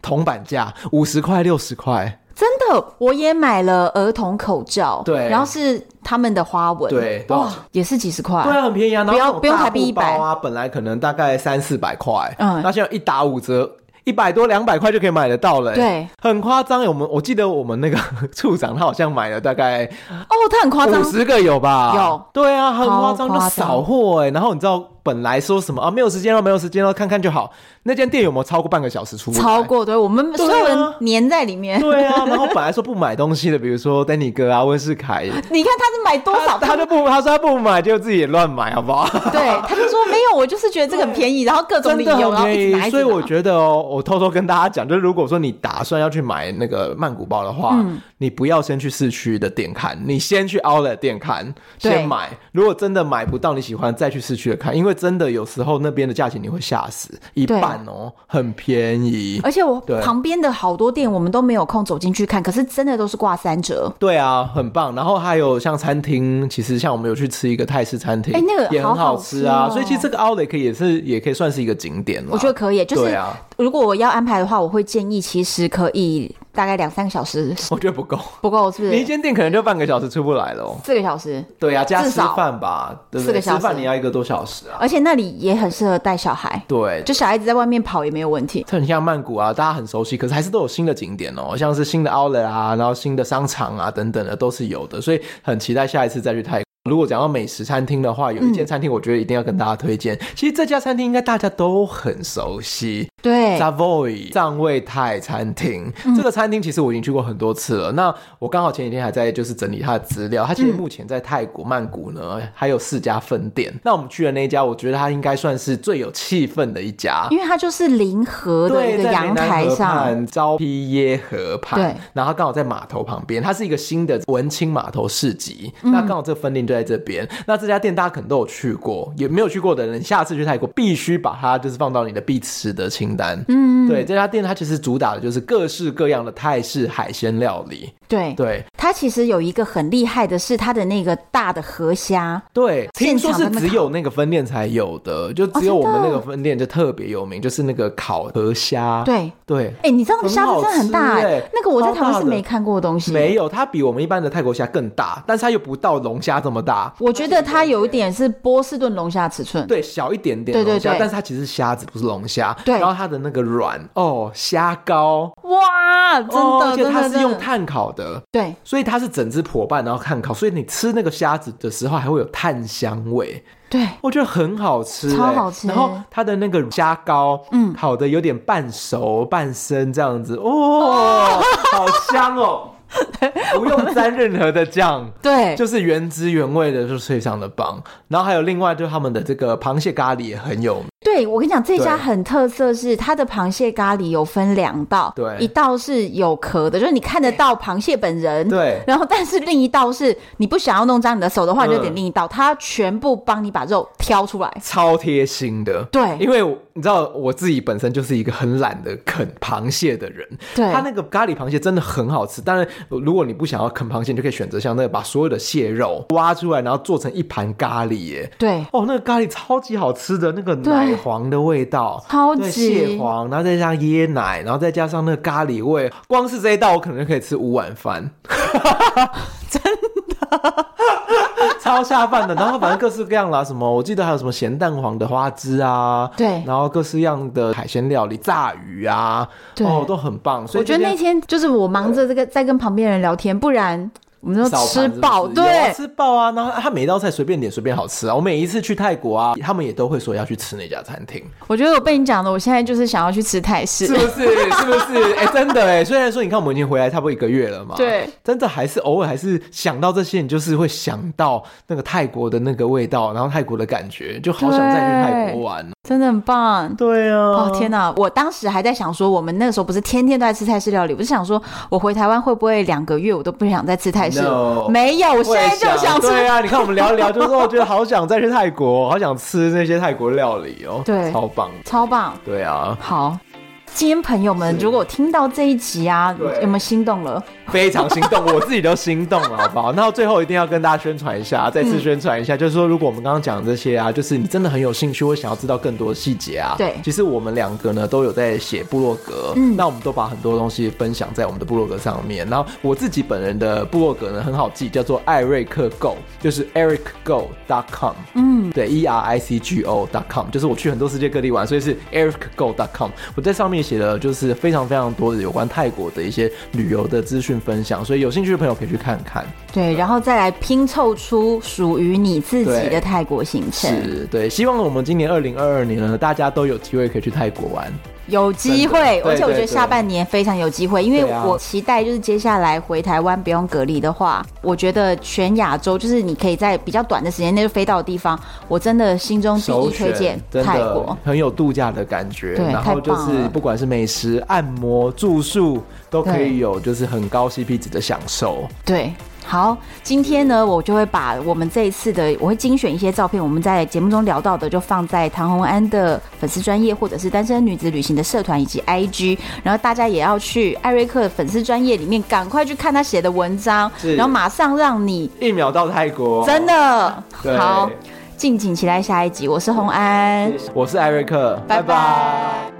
铜板价五十块六十块，真的，我也买了儿童口罩，对然后是他们的花纹，对多少哇钱，也是几十块，对啊，很便宜啊。然不要后不用台币一百啊，本来可能大概三四百块，嗯嗯，那现在一打五折。一百多两百块就可以买得到了、欸对，很夸张欸。我们我记得我们那个 处长他好像买了大概哦，它很夸张五，十个有吧？有，对啊，很夸超张，就夸张扫货哎。然后你知道本来说什么啊？没有时间了，没有时间了，看看就好。那间店有没有超过半个小时出不来？超。过对，我们对所啊有人粘在里面。对啊，然后本来说不买东西的，比如说丹尼哥啊、温世凯， 你 看他是买多他少？他就不，他说他不买，就自己也乱买，好不好？对， 他就说没有，我就是觉得这个很便宜，然后各种真理的由，然很后一便直拿，宜，一直拿。所以我觉得哦，我偷偷跟大家讲，就是如果说你打算要去买那个曼谷包的话，嗯你不要先去市区的店看，你先去 Outlet 店看，对先买。如果真的买不到你喜欢，再去市区的看，因为真的有时候那边的价钱你会吓死，一对半哦，很便宜。而且我对旁边的好多店我们都没有空走进去看，可是真的都是挂三折。对啊，很棒。然后还有像餐厅，其实像我们有去吃一个泰式餐厅，哎那个也很好好吃啊。吃哦所以其实这个 Outlet 可以也是也可以算是一个景点了。我觉得可以，就对是啊如果我要安排的话，我会建议其实可以大概两三个小时我觉得不够，不够，是不你一是？间店可能就半个小时出不来了哦。四个小时，对呀、加至吃少饭吧，对四不个对？小时吃饭你要一个多小时啊。而且那里也很适合带小孩，对，就小孩子在外面跑也没有问题。这很像曼谷啊，大家很熟悉，可是还是都有新的景点哦，像是新的 Outlet 啊，然后新的商场啊等等的都是有的，所以很期待下一次再去泰国。如果讲到美食餐厅的话，嗯有一间餐厅我觉得一定要跟大家推荐，其实这家餐厅应该大家都很熟悉，对， Savoy 藏味泰餐厅。这个餐厅其实我已经去过很多次了。那我刚好前几天还在就是整理它的资料，它其实目前在泰国曼谷呢还有四家分店。那我们去的那一家，我觉得它应该算是最有气氛的一家。因为它就是临河的对，一个在阳湄南台河上，畔招披耶河畔，对然后它刚好在码头旁边，它是一个新的文青码头市集，嗯那刚好这分店就在这边。那这家店大家可能都有去过，也没有去过的人，下次去泰国必须把它就是放到你的必吃的清单。嗯，对，这家店它其实主打的就是各式各样的泰式海鲜料理，对，对它其实有一个很厉害的是它的那个大的河虾，对，现听场说在是那只烤有那个分店才有的，就只有哦我真的们那个分店就特别有名，就是那个烤河虾，对，对。哎、你知道那个虾子真的很大、啊很好吃哎哎，那个我在台湾是超大的没看过的东西，没有，它比我们一般的泰国虾更大，但是它又不到龙虾这么大，我觉得它有一点是波士顿龙虾尺寸，对，小一点点对对龙虾，对但是它其实是虾子，不是龙虾。对然后它的那个软哦，虾膏，哇，真的，哦而且真的它是用真的炭烤的。对，所以它是整只破半，然后炭烤，所以你吃那个虾子的时候还会有炭香味，对，我觉得很好吃、欸，超好吃然后它的那个虾膏，嗯，烤的有点半熟半生这样子， 哦，好香哦，不用沾任何的酱，对，就是原汁原味的，就是非常的棒。然后还有另外就是他们的这个螃蟹咖喱也很有名，对我跟你讲，这家对很特色是它的螃蟹咖喱有分两道，对一道是有壳的，就是你看得到螃蟹本人，对然后但是另一道是你不想要弄脏你的手的话，你就点嗯另一道，它全部帮你把肉挑出来，超贴心的。对因为我你知道我自己本身就是一个很懒得啃螃蟹的人，对它那个咖喱螃蟹真的很好吃。当然，如果你不想要啃螃蟹，你就可以选择像那个把所有的蟹肉挖出来，然后做成一盘咖喱耶。对，哦，那个咖喱超级好吃的，那个对奶黄的味道，超对级蟹黄，然后再加上椰奶，然后再加上那个咖喱味，光是这一道我可能就可以吃五 碗饭，真的 超下饭的。然后反正各式各样啦，什么我记得还有什么咸蛋黄的花枝啊，对然后各式样的海鲜料理，炸鱼啊，对哦，都很棒。所以我觉得那这些天就是我忙着这个在跟旁边人聊天，不然我们都早吃餐是不是饱，有啊对，吃爆啊！然后他每一道菜随便点，随便好吃啊。我每一次去泰国啊，他们也都会说要去吃那家餐厅，我觉得我被你讲的，我现在就是想要去吃泰式是，不是？是不 是？哎、真的哎，虽然说你看我们已经回来差不多一个月了嘛，对，真的还是偶尔还是想到这些，你就是会想到那个泰国的那个味道，然后泰国的感觉，就好想再去泰国玩。真的很棒。对啊，哦天哪！我当时还在想说，我们那个时候不是天天都在吃泰式料理，我是想说，我回台湾会不会两个月我都不想再吃泰式 No 没有，我现在就想吃。对啊，你看我们聊一聊，就是说我觉得好想再去泰国，好想吃那些泰国料理哦，对超棒。超棒！对啊，好，今天朋友们如果听到这一集啊，对有没有心动了？非常心动，我自己都心动了，好不好？那最后一定要跟大家宣传一下，再次宣传一下，就是说，如果我们刚刚讲这些啊，就是你真的很有兴趣，或想要知道更多细节啊，对其实我们两个呢都有在写部落格，嗯那我们都把很多东西分享在我们的部落格上面。然后我自己本人的部落格呢很好记，叫做艾瑞克 Go，就是 ericgo.com，嗯，对，e r i c g o.com，就是我去很多世界各地玩，所以是 ericgo.com。我在上面写了就是非常非常多的有关泰国的一些旅游的资讯分享，所以有兴趣的朋友可以去看看。对，然后再来拼凑出属于你自己的对泰国行程，是对，希望我们今年二零二二年呢，大家都有机会可以去泰国玩。有机真会，的对而且我觉得对对下半年非常有机会，因为对啊我期待就是接下来回台湾不用隔离的话，我觉得全亚洲就是你可以在比较短的时间内就飞到的地方，我真的心中第一首 E 推选荐真泰的国。很有度假的感觉，对然后太就棒是了不管是美食、按摩、住宿，都可对以有就是很高 CP 值的享受。对，好，今天呢，我就会把我们这一次的，我会精选一些照片，我们在节目中聊到的，就放在唐红安的粉丝专业，或者是单身女子旅行的社团以及 IG，然后大家也要去艾瑞克粉丝专业里面赶快去看他写的文章，是然后马上让你一秒到泰国，真的对好，敬请期待下一集。我是红安，我是艾瑞克，拜拜